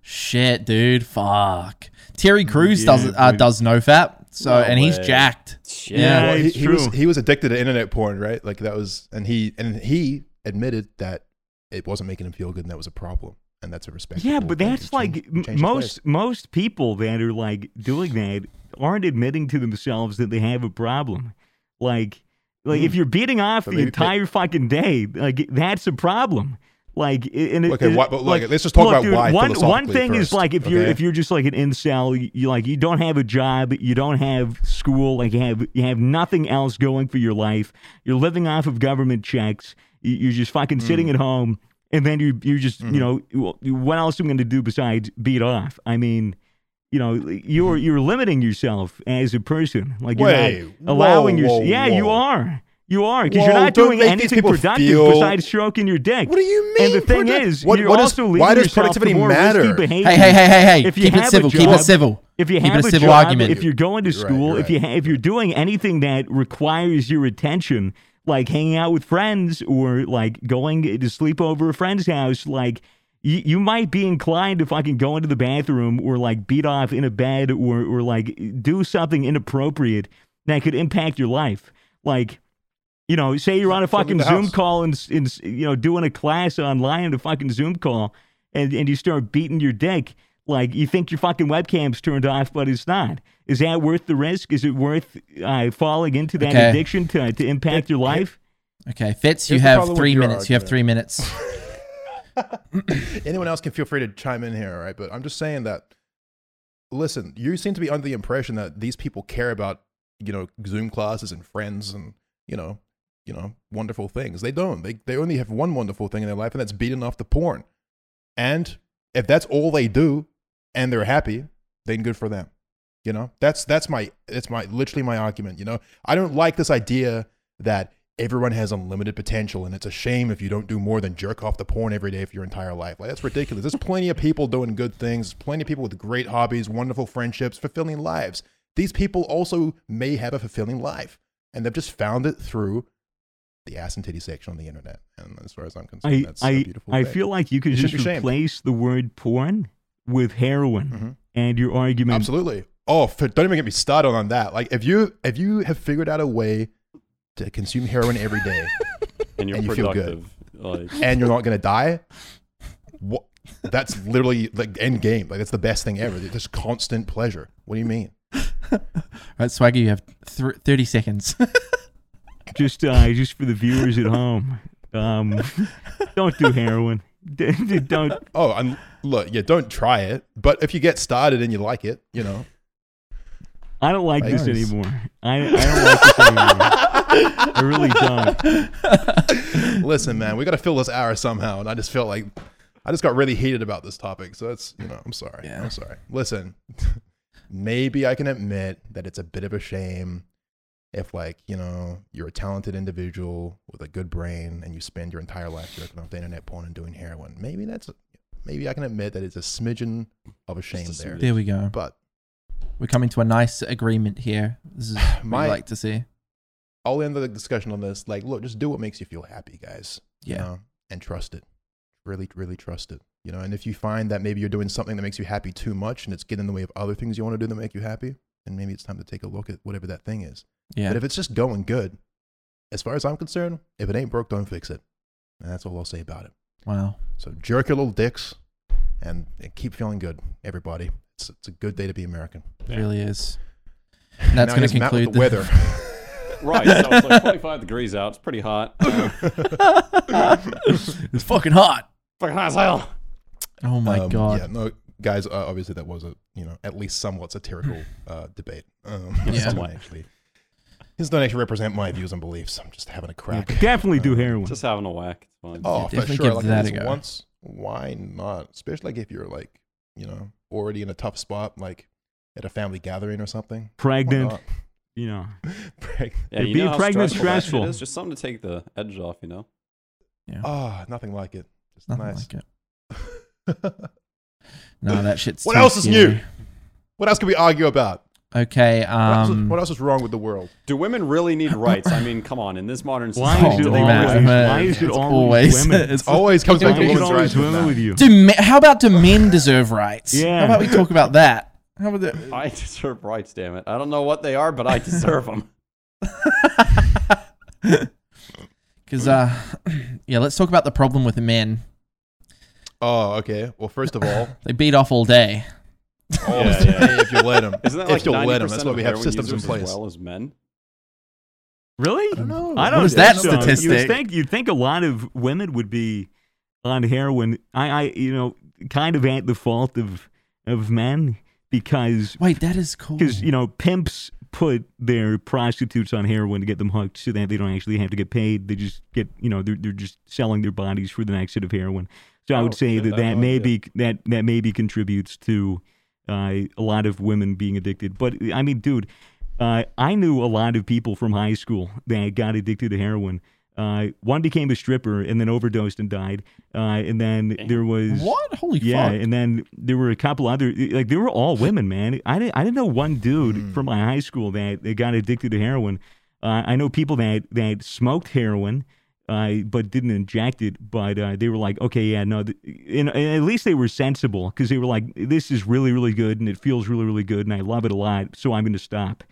[SPEAKER 2] Shit, dude. Fuck. Terry
[SPEAKER 1] Mm,
[SPEAKER 2] Crews
[SPEAKER 4] Yeah,
[SPEAKER 2] does uh,
[SPEAKER 4] dude.
[SPEAKER 2] does nofap. So
[SPEAKER 3] No
[SPEAKER 2] and he's
[SPEAKER 3] way.
[SPEAKER 2] jacked.
[SPEAKER 3] Shit.
[SPEAKER 4] Yeah.
[SPEAKER 1] Well, he,
[SPEAKER 4] it's
[SPEAKER 1] he was
[SPEAKER 4] true.
[SPEAKER 1] he was addicted to internet porn, right? Like that was, and he and he admitted that it wasn't making him feel good, and that was a problem, and that's a respect.
[SPEAKER 4] Yeah, but that's like m- most most people that are like doing that aren't admitting to themselves that they have a problem. Like, like if you're beating off
[SPEAKER 1] So
[SPEAKER 4] the
[SPEAKER 1] maybe-
[SPEAKER 4] entire fucking day, like that's a problem. Like, i- and it,
[SPEAKER 1] Okay,
[SPEAKER 4] it-
[SPEAKER 1] why- but look, let's just talk about
[SPEAKER 4] dude,
[SPEAKER 1] why
[SPEAKER 4] One one
[SPEAKER 1] philosophically
[SPEAKER 4] thing is
[SPEAKER 1] first,
[SPEAKER 4] like if you're
[SPEAKER 1] okay?
[SPEAKER 4] if you're just like an incel, you- you like you don't have a job, you don't have school, like you have you have nothing else going for your life. You're living off of government checks. You- You're just fucking
[SPEAKER 1] Mm.
[SPEAKER 4] sitting at home, and then you you just you know
[SPEAKER 1] Mm-hmm.
[SPEAKER 4] well, what else am I going to do besides beat off? I mean, you know, you're you're limiting yourself as a person. Like you're
[SPEAKER 1] Mm-hmm. Wait,
[SPEAKER 4] not allowing
[SPEAKER 1] whoa,
[SPEAKER 4] yourself.
[SPEAKER 1] whoa,
[SPEAKER 4] Yeah, you
[SPEAKER 1] whoa.
[SPEAKER 4] are. You are because you're
[SPEAKER 1] Whoa,
[SPEAKER 4] not
[SPEAKER 1] don't
[SPEAKER 4] doing
[SPEAKER 1] make these
[SPEAKER 4] anything
[SPEAKER 1] people
[SPEAKER 4] productive
[SPEAKER 1] feel-
[SPEAKER 4] besides stroking your dick.
[SPEAKER 1] What do you mean?
[SPEAKER 4] And the thing
[SPEAKER 1] product-
[SPEAKER 4] is,
[SPEAKER 1] What-
[SPEAKER 4] you're
[SPEAKER 1] what is-
[SPEAKER 4] also leading
[SPEAKER 1] why does
[SPEAKER 4] yourself to
[SPEAKER 1] productivity
[SPEAKER 4] more risky
[SPEAKER 1] matter?
[SPEAKER 4] behaviors.
[SPEAKER 2] Hey, hey, hey, hey, hey.
[SPEAKER 4] If you
[SPEAKER 2] Keep it
[SPEAKER 4] have a
[SPEAKER 2] civil. Keep
[SPEAKER 4] job-
[SPEAKER 2] it civil.
[SPEAKER 4] If you
[SPEAKER 2] Keep it
[SPEAKER 4] have
[SPEAKER 2] a
[SPEAKER 4] a
[SPEAKER 2] civil
[SPEAKER 4] job,
[SPEAKER 2] argument.
[SPEAKER 4] if you're going to
[SPEAKER 1] You're right,
[SPEAKER 4] school,
[SPEAKER 1] you're
[SPEAKER 4] if you
[SPEAKER 1] right,
[SPEAKER 4] ha- if you're doing anything that requires your attention, like hanging out with friends or like going to sleep over a friend's house, like you, you might be inclined to fucking go into the bathroom or like beat off in a bed or or like do something inappropriate that could impact your life, like. You know, say you're on a
[SPEAKER 1] Something
[SPEAKER 4] fucking
[SPEAKER 1] to
[SPEAKER 4] Zoom
[SPEAKER 1] house.
[SPEAKER 4] call and, s- and s- you know doing a class online on a fucking Zoom call, and and you start beating your dick. Like you think your fucking webcam's turned off, but it's not. Is that worth the risk? Is it worth uh, falling into that
[SPEAKER 2] Okay.
[SPEAKER 4] addiction to to impact your life?
[SPEAKER 2] Okay, Fitz, you
[SPEAKER 1] Here's the
[SPEAKER 2] have
[SPEAKER 1] problem with
[SPEAKER 2] three
[SPEAKER 1] your
[SPEAKER 2] minutes. You have
[SPEAKER 1] argument.
[SPEAKER 2] three minutes.
[SPEAKER 1] anyone else can feel free to chime in here, all right? But I'm just saying that. Listen, you seem to be under the impression that these people care about you know Zoom classes and friends and you know you know wonderful things. They don't. They they only have one wonderful thing in their life, and that's beating off the porn. And if that's all they do, and they're happy, then good for them. You know, that's that's my that's my literally my argument. You know, I don't like this idea that everyone has unlimited potential, and it's a shame if you don't do more than jerk off the porn every day for your entire life. Like that's ridiculous. There's plenty of people doing good things, plenty of people with great hobbies, wonderful friendships, fulfilling lives. These people also may have a fulfilling life, and they've just found it through the ass and titty section on the internet. And as far as I'm concerned,
[SPEAKER 4] I
[SPEAKER 1] that's a
[SPEAKER 4] I,
[SPEAKER 1] beautiful.
[SPEAKER 4] I
[SPEAKER 1] thing.
[SPEAKER 4] feel like you could
[SPEAKER 1] You should be
[SPEAKER 4] just
[SPEAKER 1] ashamed.
[SPEAKER 4] replace the word porn with heroin,
[SPEAKER 1] Mhm.
[SPEAKER 4] and your argument.
[SPEAKER 1] Absolutely. Oh, f- don't even get me started on that. Like, if you if you have figured out a way to consume heroin every day
[SPEAKER 3] And you're
[SPEAKER 1] And you feel good.
[SPEAKER 3] productive. Like,
[SPEAKER 1] and you're not gonna die, what? That's literally like end game. Like, that's the best thing ever. It's just constant pleasure. What do you mean?
[SPEAKER 2] right, Swagger, you have th- thirty seconds.
[SPEAKER 4] Just uh, just for the viewers at home, um, don't do heroin. don't
[SPEAKER 1] Oh, and look, yeah, don't try it. But if you get started and you like it, you know,
[SPEAKER 4] I don't like this
[SPEAKER 1] Nice.
[SPEAKER 4] anymore. I, I don't like this anymore. I really don't.
[SPEAKER 1] listen, man, we gotta fill this hour somehow. And I just felt like I just got really heated about this topic. So that's you know, I'm sorry.
[SPEAKER 2] Yeah.
[SPEAKER 1] I'm sorry. Listen, maybe I can admit that it's a bit of a shame if like, you know, you're a talented individual with a good brain and you spend your entire life jerking off the internet porn and doing heroin. Maybe that's maybe I can admit that it's a smidgen of a shame
[SPEAKER 3] Just a
[SPEAKER 1] there.
[SPEAKER 3] smidge.
[SPEAKER 2] there we go.
[SPEAKER 1] But
[SPEAKER 2] We're coming to a nice agreement here. This is what we
[SPEAKER 1] My-
[SPEAKER 2] like to see.
[SPEAKER 1] I'll end the discussion on this. Like, look, just do what makes you feel happy, guys. you
[SPEAKER 2] Yeah.
[SPEAKER 1] know, and trust it. Really, really trust it. You know, and if you find that maybe you're doing something that makes you happy too much and it's getting in the way of other things you want to do that make you happy, then maybe it's time to take a look at whatever that thing is.
[SPEAKER 2] Yeah.
[SPEAKER 1] But if it's just going good, as far as I'm concerned, if it ain't broke, don't fix it. And that's all I'll say about it.
[SPEAKER 2] wow.
[SPEAKER 1] So jerk your little dicks and, and keep feeling good, everybody. It's, it's a good day to be American.
[SPEAKER 2] It
[SPEAKER 3] Yeah.
[SPEAKER 2] really is. And that's
[SPEAKER 1] Now
[SPEAKER 2] going
[SPEAKER 1] here's
[SPEAKER 2] to
[SPEAKER 1] Matt with
[SPEAKER 2] conclude
[SPEAKER 1] the weather.
[SPEAKER 3] right. So it's like 25 degrees out. It's pretty hot. Uh,
[SPEAKER 2] it's fucking hot.
[SPEAKER 3] fucking hot as hell.
[SPEAKER 2] Oh my
[SPEAKER 1] Um,
[SPEAKER 2] god.
[SPEAKER 1] Yeah, no, guys. Uh, obviously, that was a you know at least somewhat satirical uh, debate. Um, this
[SPEAKER 2] Yeah.
[SPEAKER 1] don't actually. This don't actually represent my views and beliefs. I'm just having a crack.
[SPEAKER 4] Definitely do heroin.
[SPEAKER 3] Just having a whack. It's fine.
[SPEAKER 1] Oh, for
[SPEAKER 2] definitely
[SPEAKER 1] sure.
[SPEAKER 2] give
[SPEAKER 1] Like
[SPEAKER 2] that
[SPEAKER 1] at
[SPEAKER 2] a
[SPEAKER 1] least
[SPEAKER 2] go.
[SPEAKER 1] once. Why not? Especially like if you're like you know already in a tough spot, like at a family gathering or something. Why
[SPEAKER 4] Pregnant,
[SPEAKER 1] not?
[SPEAKER 4] you know.
[SPEAKER 3] Yeah,
[SPEAKER 4] It'd
[SPEAKER 3] you
[SPEAKER 4] be
[SPEAKER 3] know how stressful that
[SPEAKER 4] pregnant
[SPEAKER 3] shit
[SPEAKER 4] stressful.
[SPEAKER 3] is? Just something to take the edge off, you know?
[SPEAKER 1] Ah, nothing like it. Just
[SPEAKER 2] Nothing
[SPEAKER 1] nice.
[SPEAKER 2] like it. No, that shit's.
[SPEAKER 1] What
[SPEAKER 2] too
[SPEAKER 1] else is
[SPEAKER 2] scary.
[SPEAKER 1] new? what else can we argue about?
[SPEAKER 2] Okay.
[SPEAKER 1] What, else is,
[SPEAKER 2] Um,
[SPEAKER 1] what else is wrong with the world?
[SPEAKER 3] Do women really need rights? I mean, come on. In this modern
[SPEAKER 4] Why
[SPEAKER 2] oh,
[SPEAKER 4] is it
[SPEAKER 3] society,
[SPEAKER 2] man,
[SPEAKER 4] always,
[SPEAKER 2] man,
[SPEAKER 4] why is it
[SPEAKER 2] it's
[SPEAKER 4] always, women?
[SPEAKER 2] it's
[SPEAKER 1] Always comes
[SPEAKER 4] Why
[SPEAKER 1] back to
[SPEAKER 4] is it
[SPEAKER 1] women's
[SPEAKER 4] always
[SPEAKER 1] rights.
[SPEAKER 4] women with you?
[SPEAKER 2] Do me- how about do men deserve rights?
[SPEAKER 4] Yeah.
[SPEAKER 2] How about we talk about that? How about the-
[SPEAKER 3] I deserve rights. Damn it! I don't know what they are, but I deserve them.
[SPEAKER 2] Because uh, yeah, let's talk about the problem with the men.
[SPEAKER 1] Oh, okay. Well, first of all,
[SPEAKER 2] They beat off all day. Oh,
[SPEAKER 1] all
[SPEAKER 3] Yeah,
[SPEAKER 1] is
[SPEAKER 3] yeah.
[SPEAKER 1] hey, if you let them.
[SPEAKER 3] Isn't that
[SPEAKER 1] if
[SPEAKER 3] like
[SPEAKER 1] you'll
[SPEAKER 3] ninety
[SPEAKER 1] let
[SPEAKER 3] percent
[SPEAKER 1] 'em,
[SPEAKER 3] of
[SPEAKER 1] that's why we have
[SPEAKER 3] heroin
[SPEAKER 1] systems in
[SPEAKER 3] users
[SPEAKER 1] place.
[SPEAKER 3] as well as men?
[SPEAKER 4] Really?
[SPEAKER 1] I don't know.
[SPEAKER 4] I
[SPEAKER 2] What
[SPEAKER 4] don't
[SPEAKER 2] is that
[SPEAKER 4] think so. You would
[SPEAKER 2] statistic?
[SPEAKER 4] think you'd think a lot of women would be on heroin. I, I, you know, kind of at the fault of of men because
[SPEAKER 2] Wait, that is cool.
[SPEAKER 4] because you know pimps put their prostitutes on heroin to get them hooked so that they don't actually have to get paid they just get you know they're, they're just selling their bodies for the next hit of heroin so i would
[SPEAKER 3] Oh,
[SPEAKER 4] say
[SPEAKER 3] yeah,
[SPEAKER 4] that
[SPEAKER 3] that-
[SPEAKER 4] that
[SPEAKER 3] oh, yeah.
[SPEAKER 4] maybe that that maybe contributes to uh, a lot of women being addicted but i mean dude uh, i knew a lot of people from high school that got addicted to heroin uh, one became a stripper and then overdosed and died uh, and then there was
[SPEAKER 2] What? Holy
[SPEAKER 4] yeah,
[SPEAKER 2] fuck!
[SPEAKER 4] and then there were a couple other like they were all women, man. I didn't I didn't know one dude
[SPEAKER 2] Hmm.
[SPEAKER 4] from my high school that, that got addicted to heroin. Uh, I know people that that smoked heroin, uh, but didn't inject it. But uh, they were like, okay, yeah, no. Th- and, and at least they were sensible because they were like, this is really really good and it feels really really good and I love it a lot, so I'm going to stop.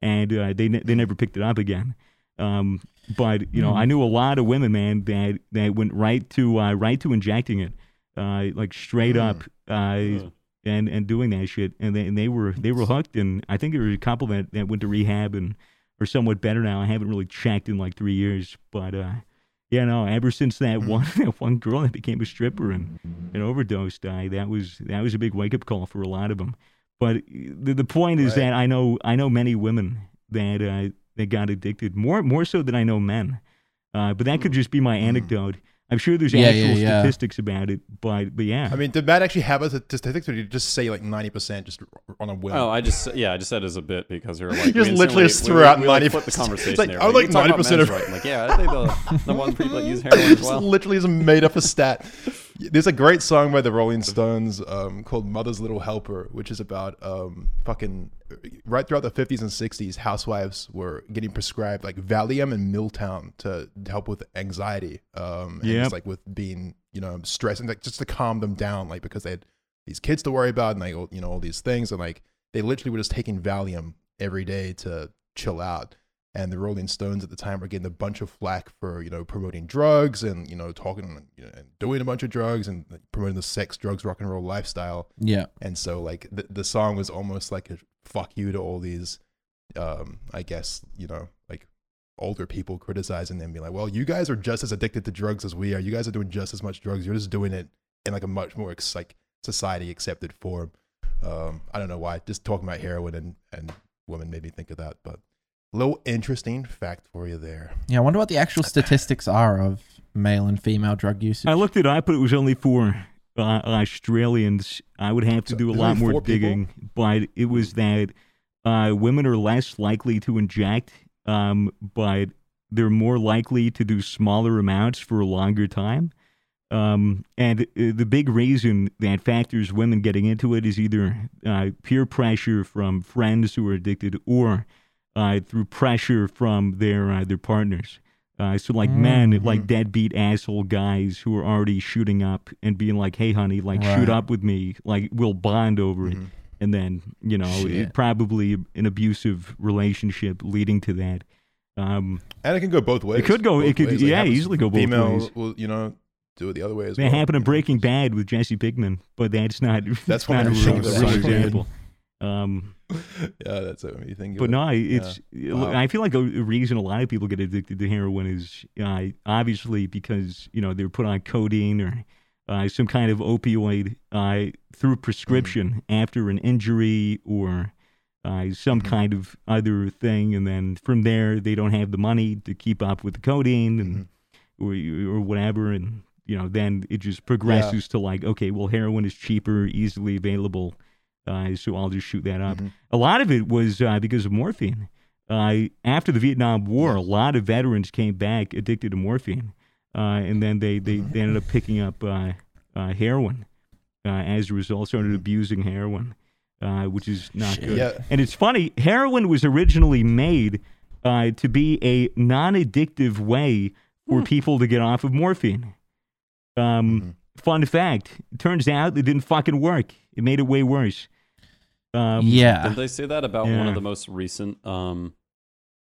[SPEAKER 4] And uh, they ne- they never picked it up again. Um, but you know,
[SPEAKER 2] Hmm.
[SPEAKER 4] I knew a lot of women, man, that that went right to uh, right to injecting it, uh, like straight up,
[SPEAKER 2] Mm.
[SPEAKER 4] uh,
[SPEAKER 3] Ugh.
[SPEAKER 4] and and doing that shit, and they and they were they were hooked, and I think there were a couple that, that went to rehab and are somewhat better now. I haven't really checked in like three years, but uh, yeah, no, ever since that
[SPEAKER 2] Mm.
[SPEAKER 4] one that one girl that became a stripper and an overdose died, that was that was a big wake up call for a lot of them. But the, the point is
[SPEAKER 1] Right.
[SPEAKER 4] that I know I know many women that uh, that got addicted more more so than I know men. Uh, but that could just be my anecdote. I'm sure there's
[SPEAKER 2] Mm. Yeah,
[SPEAKER 4] actual
[SPEAKER 2] yeah, yeah.
[SPEAKER 4] statistics about it, but but yeah,
[SPEAKER 1] I mean, did Matt actually have a statistic, or did you just say like ninety percent just on a whim?
[SPEAKER 3] Oh, I just yeah, I just said it as a bit because you're like
[SPEAKER 1] You
[SPEAKER 3] we
[SPEAKER 1] just literally
[SPEAKER 3] instantly-
[SPEAKER 1] just
[SPEAKER 3] we-
[SPEAKER 1] threw out
[SPEAKER 3] we, like,
[SPEAKER 1] 90%.
[SPEAKER 3] flipped the
[SPEAKER 1] It's
[SPEAKER 3] conversation
[SPEAKER 1] like,
[SPEAKER 3] there.
[SPEAKER 1] I would
[SPEAKER 3] Like,
[SPEAKER 1] like
[SPEAKER 3] you talk about
[SPEAKER 1] 90%
[SPEAKER 3] men's
[SPEAKER 1] of-
[SPEAKER 3] right. I'm like yeah, I think the the one people that use heroin as
[SPEAKER 1] just
[SPEAKER 3] well.
[SPEAKER 1] literally just made up a stat. There's a great song by the Rolling Stones um, called "Mother's Little Helper," which is about um, fucking right throughout the 50s and 60s, housewives were getting prescribed like Valium and Miltown to help with anxiety. Um, and
[SPEAKER 4] Yep.
[SPEAKER 1] just, like with being you know stressed and like just to calm them down, like because they had these kids to worry about and like all- you know all these things and like they literally were just taking Valium every day to chill out and the Rolling Stones at the time were getting a bunch of flack for you know promoting drugs and you know talking you know, and doing a bunch of drugs and like, promoting the sex, drugs, rock and roll lifestyle.
[SPEAKER 2] yeah.
[SPEAKER 1] And so like the the song was almost like a fuck you to all these, um, I guess you know like older people criticizing them, being like, well, you guys are just as addicted to drugs as we are. You guys are doing just as much drugs. You're just doing it in like a much more ex- like society accepted form. Um, I don't know why. Just talking about heroin and and women made me think of that, but. Little interesting fact for you there.
[SPEAKER 2] Yeah. I wonder what the actual statistics are of male and female drug usage.
[SPEAKER 4] I looked it up, but it was only for uh, Australians. I would have to
[SPEAKER 1] So,
[SPEAKER 4] do a
[SPEAKER 1] there's
[SPEAKER 4] lot
[SPEAKER 1] only
[SPEAKER 4] more
[SPEAKER 1] four people?
[SPEAKER 4] digging, but it was that uh, women are less likely to inject, um, but they're more likely to do smaller amounts for a longer time. Um, and uh, the big reason that factors women getting into it is either uh, peer pressure from friends who are addicted or uh, through pressure from their uh, their partners. Uh, so
[SPEAKER 1] Mm.
[SPEAKER 4] like men,
[SPEAKER 2] Mm-hmm.
[SPEAKER 4] like deadbeat asshole guys who are already shooting up and being like, "Hey, honey, like shoot
[SPEAKER 2] Right. Mm-hmm.
[SPEAKER 4] up with me, like we'll bond over it." And then you know, it,
[SPEAKER 2] Shit.
[SPEAKER 4] probably an abusive relationship leading to that. Um,
[SPEAKER 1] And it can go both ways.
[SPEAKER 4] could go- it
[SPEAKER 1] Both
[SPEAKER 4] could-
[SPEAKER 1] ways. Like,
[SPEAKER 4] yeah,
[SPEAKER 1] happens-
[SPEAKER 4] easily go both
[SPEAKER 1] female
[SPEAKER 4] ways.
[SPEAKER 1] will, you know, do it the other way as
[SPEAKER 4] that
[SPEAKER 1] well.
[SPEAKER 4] happened in
[SPEAKER 1] you know.
[SPEAKER 4] Breaking Bad with Jesse Pinkman, but that's not
[SPEAKER 1] That's what
[SPEAKER 4] not a
[SPEAKER 1] I'm
[SPEAKER 4] real,
[SPEAKER 1] thinking
[SPEAKER 2] about.
[SPEAKER 4] real
[SPEAKER 2] So good.
[SPEAKER 4] example. Um,
[SPEAKER 1] Yeah, that's what you think. of
[SPEAKER 4] But
[SPEAKER 1] it.
[SPEAKER 4] no, I- it's.
[SPEAKER 1] Wow.
[SPEAKER 4] I feel like a reason a lot of people get addicted to heroin is uh, obviously because you know they're put on codeine or uh, some kind of opioid uh,
[SPEAKER 1] Mm-hmm.
[SPEAKER 4] through prescription after an injury or uh, some
[SPEAKER 1] Mm-hmm.
[SPEAKER 4] kind of other thing, and then from there they don't have the money to keep up with the codeine and
[SPEAKER 1] Mm-hmm.
[SPEAKER 4] or or whatever, and you know then it just progresses to like okay, well heroin is cheaper, easily available, uh, so I'll just shoot that up.
[SPEAKER 1] Mm-hmm.
[SPEAKER 4] A lot of it was uh, because of morphine. Uh, after the Vietnam War, a lot of veterans came back addicted to morphine, uh, and then they, they, they ended up picking up uh, uh, heroin uh, as a result, started abusing heroin. uh, which is not
[SPEAKER 2] Shit.
[SPEAKER 4] good.
[SPEAKER 1] Yeah.
[SPEAKER 4] And it's funny, heroin was originally made uh, to be a non addictive way for people to get off of morphine. Um, Fun fact turns out it didn't fucking work, it made it way worse. Um,
[SPEAKER 2] yeah.
[SPEAKER 3] Did they say that about one
[SPEAKER 4] Yeah.
[SPEAKER 3] of the most recent um,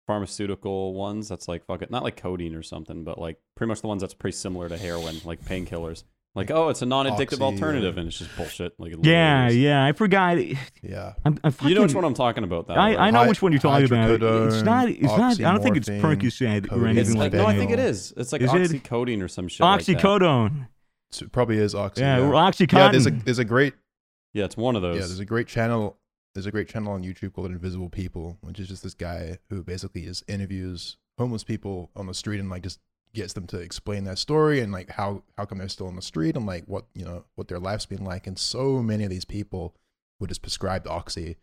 [SPEAKER 3] pharmaceutical ones? That's like fuck it, not like codeine or something, but like pretty much the ones that's pretty similar to heroin, like painkillers. Like, oh, it's a non-addictive
[SPEAKER 1] Oxy or-
[SPEAKER 3] alternative, and it's just bullshit. Like, it literally
[SPEAKER 4] Yeah,
[SPEAKER 3] is.
[SPEAKER 4] yeah, I forgot.
[SPEAKER 1] Yeah.
[SPEAKER 4] I'm, I'm fucking,
[SPEAKER 3] You know which one I'm talking about. That
[SPEAKER 4] I, I know
[SPEAKER 1] Hy-
[SPEAKER 4] which one you're talking about. It's
[SPEAKER 1] hydrocodone,
[SPEAKER 4] not. It's not. I don't think it's
[SPEAKER 1] oxymorphine,
[SPEAKER 4] Percocet or
[SPEAKER 1] codeine.
[SPEAKER 4] anything
[SPEAKER 3] It's
[SPEAKER 1] Even
[SPEAKER 3] like,
[SPEAKER 4] like
[SPEAKER 1] that.
[SPEAKER 3] no, I
[SPEAKER 4] that.
[SPEAKER 3] think it is. It's like
[SPEAKER 4] Is it?
[SPEAKER 3] oxycodone or some shit. like that.
[SPEAKER 4] Oxycodone.
[SPEAKER 1] So it probably is oxy.
[SPEAKER 4] yeah, or oxycontin.
[SPEAKER 1] Yeah, there's a there's a great
[SPEAKER 3] Yeah, it's one of
[SPEAKER 1] yeah
[SPEAKER 3] those.
[SPEAKER 1] there's a great channel there's a great channel on YouTube called Invisible People, which is just this guy who basically just interviews homeless people on the street and like just gets them to explain their story and like how how come they're still on the street and like what you know what their life's been like. And so many of these people were just prescribed oxy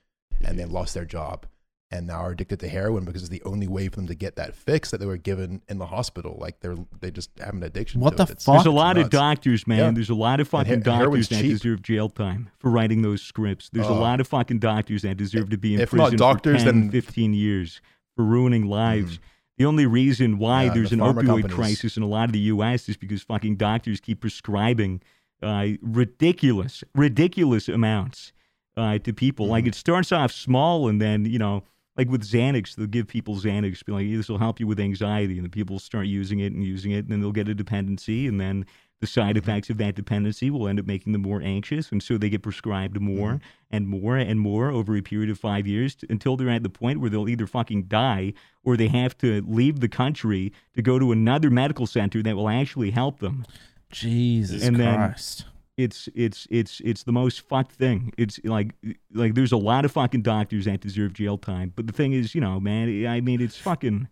[SPEAKER 1] and they lost their job and now are addicted to heroin because it's the only way for them to get that fix that they were given in the hospital. Like they're they just have an addiction.
[SPEAKER 2] What
[SPEAKER 1] to
[SPEAKER 2] the
[SPEAKER 1] it. It's-
[SPEAKER 2] fuck?
[SPEAKER 4] There's a lot of
[SPEAKER 1] nuts.
[SPEAKER 4] doctors, man.
[SPEAKER 1] Yeah.
[SPEAKER 4] There's a lot of fucking
[SPEAKER 1] And he- heroin's
[SPEAKER 4] doctors that
[SPEAKER 1] cheap.
[SPEAKER 4] deserve jail time for writing those scripts. There's a
[SPEAKER 1] Oh.
[SPEAKER 4] lot of fucking doctors that deserve to be in
[SPEAKER 1] If not
[SPEAKER 4] prison
[SPEAKER 1] doctors,
[SPEAKER 4] for 10,
[SPEAKER 1] then- Hmm.
[SPEAKER 4] 15 years for ruining lives. The only reason why
[SPEAKER 1] Yeah,
[SPEAKER 4] there's
[SPEAKER 1] the
[SPEAKER 4] an
[SPEAKER 1] pharma
[SPEAKER 4] opioid
[SPEAKER 1] companies.
[SPEAKER 4] crisis in a lot of the U.S. is because fucking doctors keep prescribing uh, ridiculous, ridiculous amounts uh, to people. Like it starts off small, and then you know, like with Xanax, they'll give people Xanax, be like, "This will help you with anxiety," and the people start using it and using it, and then they'll get a dependency, and then the side effects of that dependency will end up making them more anxious, and so they get prescribed more and more and more over a period of five years t- until they're at the point where they'll either fucking die or they have to leave the country to go to another medical center that will actually help them.
[SPEAKER 2] Jesus
[SPEAKER 4] And then-
[SPEAKER 2] Christ.
[SPEAKER 4] It's it's it's it's the most fucked thing. It's like like there's a lot of fucking doctors that deserve jail time, but the thing is, you know, man, I mean, it's fucking.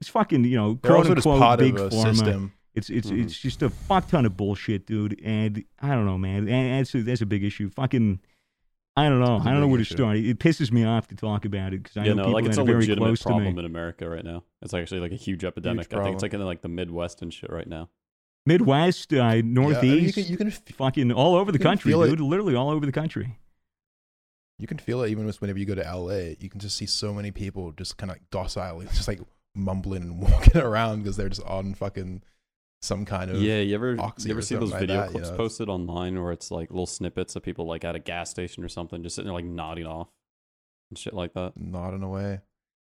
[SPEAKER 4] It's fucking, you know,
[SPEAKER 1] They're
[SPEAKER 4] quote
[SPEAKER 1] also just
[SPEAKER 4] unquote
[SPEAKER 1] part
[SPEAKER 4] big
[SPEAKER 1] of a
[SPEAKER 4] pharma.
[SPEAKER 1] system. Mm-hmm.
[SPEAKER 4] It's it's it's just a fuck ton of bullshit, dude. And I don't know, man. And that's a, that's a big issue. Fucking, I don't know.
[SPEAKER 1] It's a
[SPEAKER 4] I don't know
[SPEAKER 1] big
[SPEAKER 4] where to
[SPEAKER 1] issue.
[SPEAKER 4] start. It pisses me off to talk about it because I
[SPEAKER 3] yeah, no,
[SPEAKER 4] know people
[SPEAKER 3] like it's a
[SPEAKER 4] that are very
[SPEAKER 3] legitimate
[SPEAKER 4] close to
[SPEAKER 3] problem
[SPEAKER 4] me.
[SPEAKER 3] in America right now. It's actually like a huge epidemic. I think
[SPEAKER 1] problem.
[SPEAKER 3] it's like in like the Midwest and shit right now.
[SPEAKER 4] Midwest, uh,
[SPEAKER 1] Yeah, I mean, you
[SPEAKER 4] Northeast,
[SPEAKER 1] can you can f-
[SPEAKER 4] fucking all over the
[SPEAKER 1] you can
[SPEAKER 4] country,
[SPEAKER 1] feel it.
[SPEAKER 4] dude. Literally all over the country.
[SPEAKER 1] You can feel it even with whenever you go to LA. You can just see so many people just kind of like docilely, just like mumbling and walking around because they're just on fucking some kind of.
[SPEAKER 3] Yeah, you ever
[SPEAKER 1] Oxy
[SPEAKER 3] you ever
[SPEAKER 1] or
[SPEAKER 3] see those
[SPEAKER 1] something like
[SPEAKER 3] video
[SPEAKER 1] that, you
[SPEAKER 3] clips
[SPEAKER 1] know?
[SPEAKER 3] posted online where it's like little snippets of people like at a gas station or something, just sitting there like nodding off and shit like that.
[SPEAKER 1] Nodding away.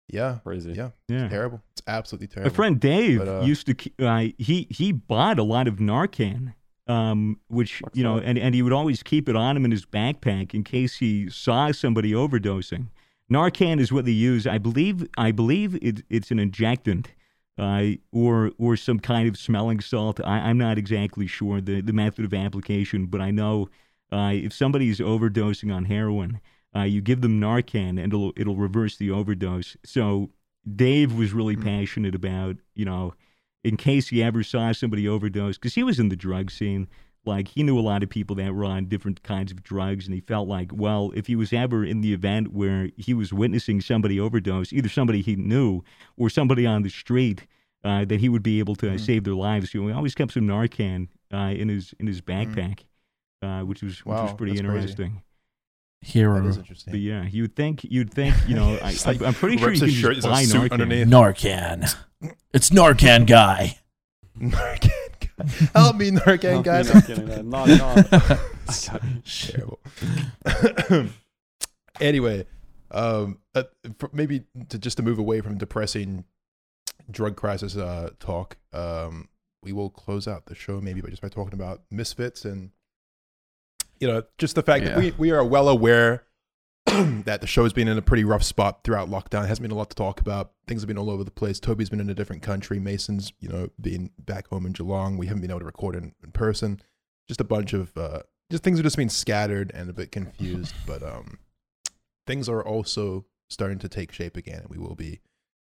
[SPEAKER 1] Yeah.
[SPEAKER 3] Crazy.
[SPEAKER 1] Yeah.
[SPEAKER 4] Yeah.
[SPEAKER 1] Terrible. It's absolutely terrible.
[SPEAKER 4] My friend Dave
[SPEAKER 1] But, uh,
[SPEAKER 4] used to ke- uh, he he bought a lot of Narcan, um, which
[SPEAKER 3] Fuck's
[SPEAKER 4] you know,
[SPEAKER 3] that?
[SPEAKER 4] and, and he would always keep it on him in his backpack in case he saw somebody overdosing. Narcan is what they use, I believe. I believe it, it's an injectant, uh, or or some kind of smelling salt. I, I'm not exactly sure the the method of application, but I know uh, if somebody is overdosing on heroin, uh, you give them Narcan, and it'll it'll reverse the overdose. So Dave was really
[SPEAKER 1] Mm.
[SPEAKER 4] passionate about, you know, in case he ever saw somebody overdose, because he was in the drug scene. Like he knew a lot of people that were on different kinds of drugs, and he felt like, well, if he was ever in the event where he was witnessing somebody overdose, either somebody he knew or somebody on the street, uh, that he would be able to
[SPEAKER 1] Mm.
[SPEAKER 4] save their lives. So he always kept some Narcan uh, in his in his backpack, uh, which was which was
[SPEAKER 1] Mm. Wow,
[SPEAKER 4] pretty
[SPEAKER 1] that's crazy.
[SPEAKER 4] interesting.
[SPEAKER 1] That
[SPEAKER 2] Hero.
[SPEAKER 1] is interesting.
[SPEAKER 4] But yeah, you'd think you'd think you know. I,
[SPEAKER 1] It's like
[SPEAKER 4] I'm pretty sure
[SPEAKER 1] rips
[SPEAKER 4] you can
[SPEAKER 1] his shirt,
[SPEAKER 4] just
[SPEAKER 1] there's a
[SPEAKER 4] buy
[SPEAKER 1] suit
[SPEAKER 4] Narcan.
[SPEAKER 1] underneath.
[SPEAKER 2] Narcan. It's Narcan guy.
[SPEAKER 1] Narcan guy. Help me, Narcan guy.
[SPEAKER 3] Not kidding, I'm nodding off. I got-
[SPEAKER 1] terrible. anyway, um, uh, for- maybe to just to move away from depressing drug crisis uh, talk, um, we will close out the show maybe by just by talking about misfits and you know just the fact that we
[SPEAKER 2] Yeah.
[SPEAKER 1] we are well aware that the show has been in a pretty rough spot throughout lockdown. It hasn't been a lot to talk about. Things have been all over the place. Toby's been in a different country. Mason's, you know, being back home in Geelong. We haven't been able to record in, in person. Just a bunch of uh, just things have just been scattered and a bit confused. But um, things are also starting to take shape again, and we will be,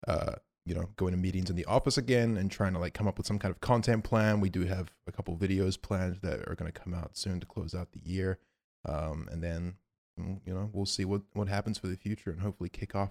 [SPEAKER 1] uh, you know, going to meetings in the office again and trying to like come up with some kind of content plan. We do have a couple videos planned that are going to come out soon to close out the year, um, and then mm, you know we'll see what what happens for the future and hopefully kick off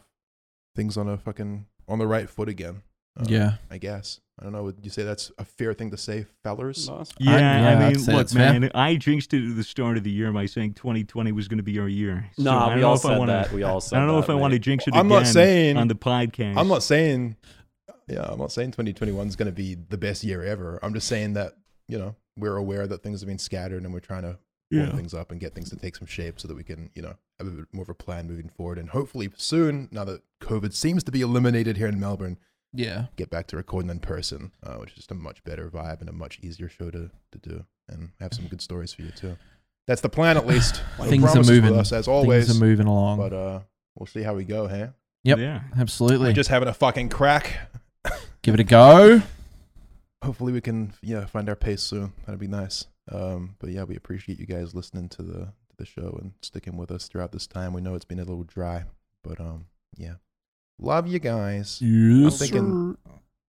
[SPEAKER 1] things on a fucking on the right foot again. Um,
[SPEAKER 2] yeah.
[SPEAKER 1] I guess. I don't know. Would you say that's a fair thing to say, fellers?
[SPEAKER 3] No, that's-
[SPEAKER 4] Yeah, I,
[SPEAKER 2] yeah, I'd
[SPEAKER 4] mean,
[SPEAKER 2] say
[SPEAKER 4] look,
[SPEAKER 2] that's fair.
[SPEAKER 4] man, I jinxed it at the start of the year by saying 2020 was going to be our year. So I
[SPEAKER 3] Nah,
[SPEAKER 4] don't
[SPEAKER 3] we
[SPEAKER 4] know
[SPEAKER 3] all
[SPEAKER 4] if I
[SPEAKER 3] said
[SPEAKER 4] wanna-
[SPEAKER 3] that. We all said
[SPEAKER 4] I don't know
[SPEAKER 3] that,
[SPEAKER 4] if I want to
[SPEAKER 3] mate.
[SPEAKER 4] jinx it
[SPEAKER 1] I'm
[SPEAKER 4] again
[SPEAKER 1] not saying-
[SPEAKER 4] on the podcast.
[SPEAKER 1] I'm not saying, yeah, I'm not saying 2021 is going to be the best year ever. I'm just saying that, you know, we're aware that things have been scattered and we're trying to
[SPEAKER 4] Yeah.
[SPEAKER 1] form things up and get things to take some shape so that we can, you know, have a bit more of a plan moving forward. And hopefully soon, now that COVID seems to be eliminated here in Melbourne,
[SPEAKER 2] Yeah.
[SPEAKER 1] get back to recording in person, uh, which is just a much better vibe and a much easier show to, to do. And I have some good stories for you too. That's the plan, at least. No
[SPEAKER 2] Things are
[SPEAKER 1] promises with
[SPEAKER 2] moving.
[SPEAKER 1] us, as always.
[SPEAKER 2] Things are moving along.
[SPEAKER 1] But uh, we'll see how we go, hey?
[SPEAKER 2] Yep.
[SPEAKER 4] Yeah.
[SPEAKER 2] Absolutely.
[SPEAKER 1] We're just uh, having a fucking crack.
[SPEAKER 2] Give it a go.
[SPEAKER 1] hopefully we can yeah find our pace soon that'd be nice um but yeah we appreciate you guys listening to the to the show and sticking with us throughout this time we know it's been a little dry but um yeah love you guys
[SPEAKER 2] Yes,
[SPEAKER 1] thinking-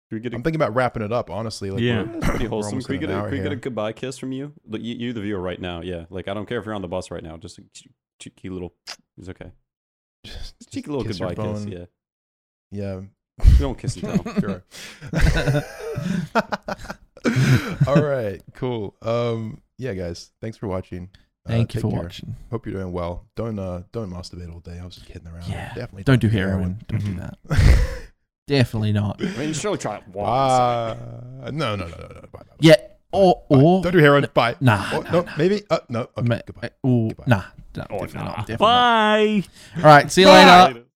[SPEAKER 3] Can we get a,
[SPEAKER 1] i'm thinking about wrapping it up honestly like
[SPEAKER 4] Yeah.
[SPEAKER 1] we're-
[SPEAKER 3] that's pretty
[SPEAKER 1] we're
[SPEAKER 3] wholesome.
[SPEAKER 1] almost
[SPEAKER 3] Can we
[SPEAKER 1] at an
[SPEAKER 3] get a,
[SPEAKER 1] hour
[SPEAKER 3] can we get a
[SPEAKER 1] here.
[SPEAKER 3] goodbye kiss from you? Like, you, you, the viewer, right now. Yeah. Like, I don't care if you're on the bus right now. Just a che- cheeky little. It's okay.
[SPEAKER 1] Just- just
[SPEAKER 3] Cheeky little
[SPEAKER 1] kiss your
[SPEAKER 3] goodbye kiss.
[SPEAKER 1] bone.
[SPEAKER 3] Yeah.
[SPEAKER 1] yeah
[SPEAKER 3] We don't kiss and tell.
[SPEAKER 1] sure. all right cool um yeah guys thanks for watching Uh,
[SPEAKER 2] Thank you
[SPEAKER 1] take
[SPEAKER 2] for
[SPEAKER 1] care.
[SPEAKER 2] watching.
[SPEAKER 1] hope you're doing well don't uh don't masturbate all day i was just kidding around
[SPEAKER 2] Yeah.
[SPEAKER 1] definitely
[SPEAKER 2] Don't do heroin. Don't
[SPEAKER 1] Mm-hmm.
[SPEAKER 4] Mhm.
[SPEAKER 2] do that. Definitely not.
[SPEAKER 3] I mean, surely try it once.
[SPEAKER 1] Uh, no, no, no, no, no. Bye, bye, bye.
[SPEAKER 2] Yeah. Or
[SPEAKER 1] Bye.
[SPEAKER 2] or
[SPEAKER 1] Don't do heroin. Bye.
[SPEAKER 2] nah.
[SPEAKER 1] Oh,
[SPEAKER 2] nah,
[SPEAKER 1] no,
[SPEAKER 2] nah.
[SPEAKER 1] maybe. Uh, no. Okay,
[SPEAKER 2] Ma-
[SPEAKER 1] goodbye.
[SPEAKER 2] uh, ooh,
[SPEAKER 1] Goodbye.
[SPEAKER 2] Nah. nah,
[SPEAKER 3] Oh,
[SPEAKER 2] definitely
[SPEAKER 3] nah.
[SPEAKER 2] not. Definitely not.
[SPEAKER 4] Bye.
[SPEAKER 2] All right. See you later.
[SPEAKER 3] Later.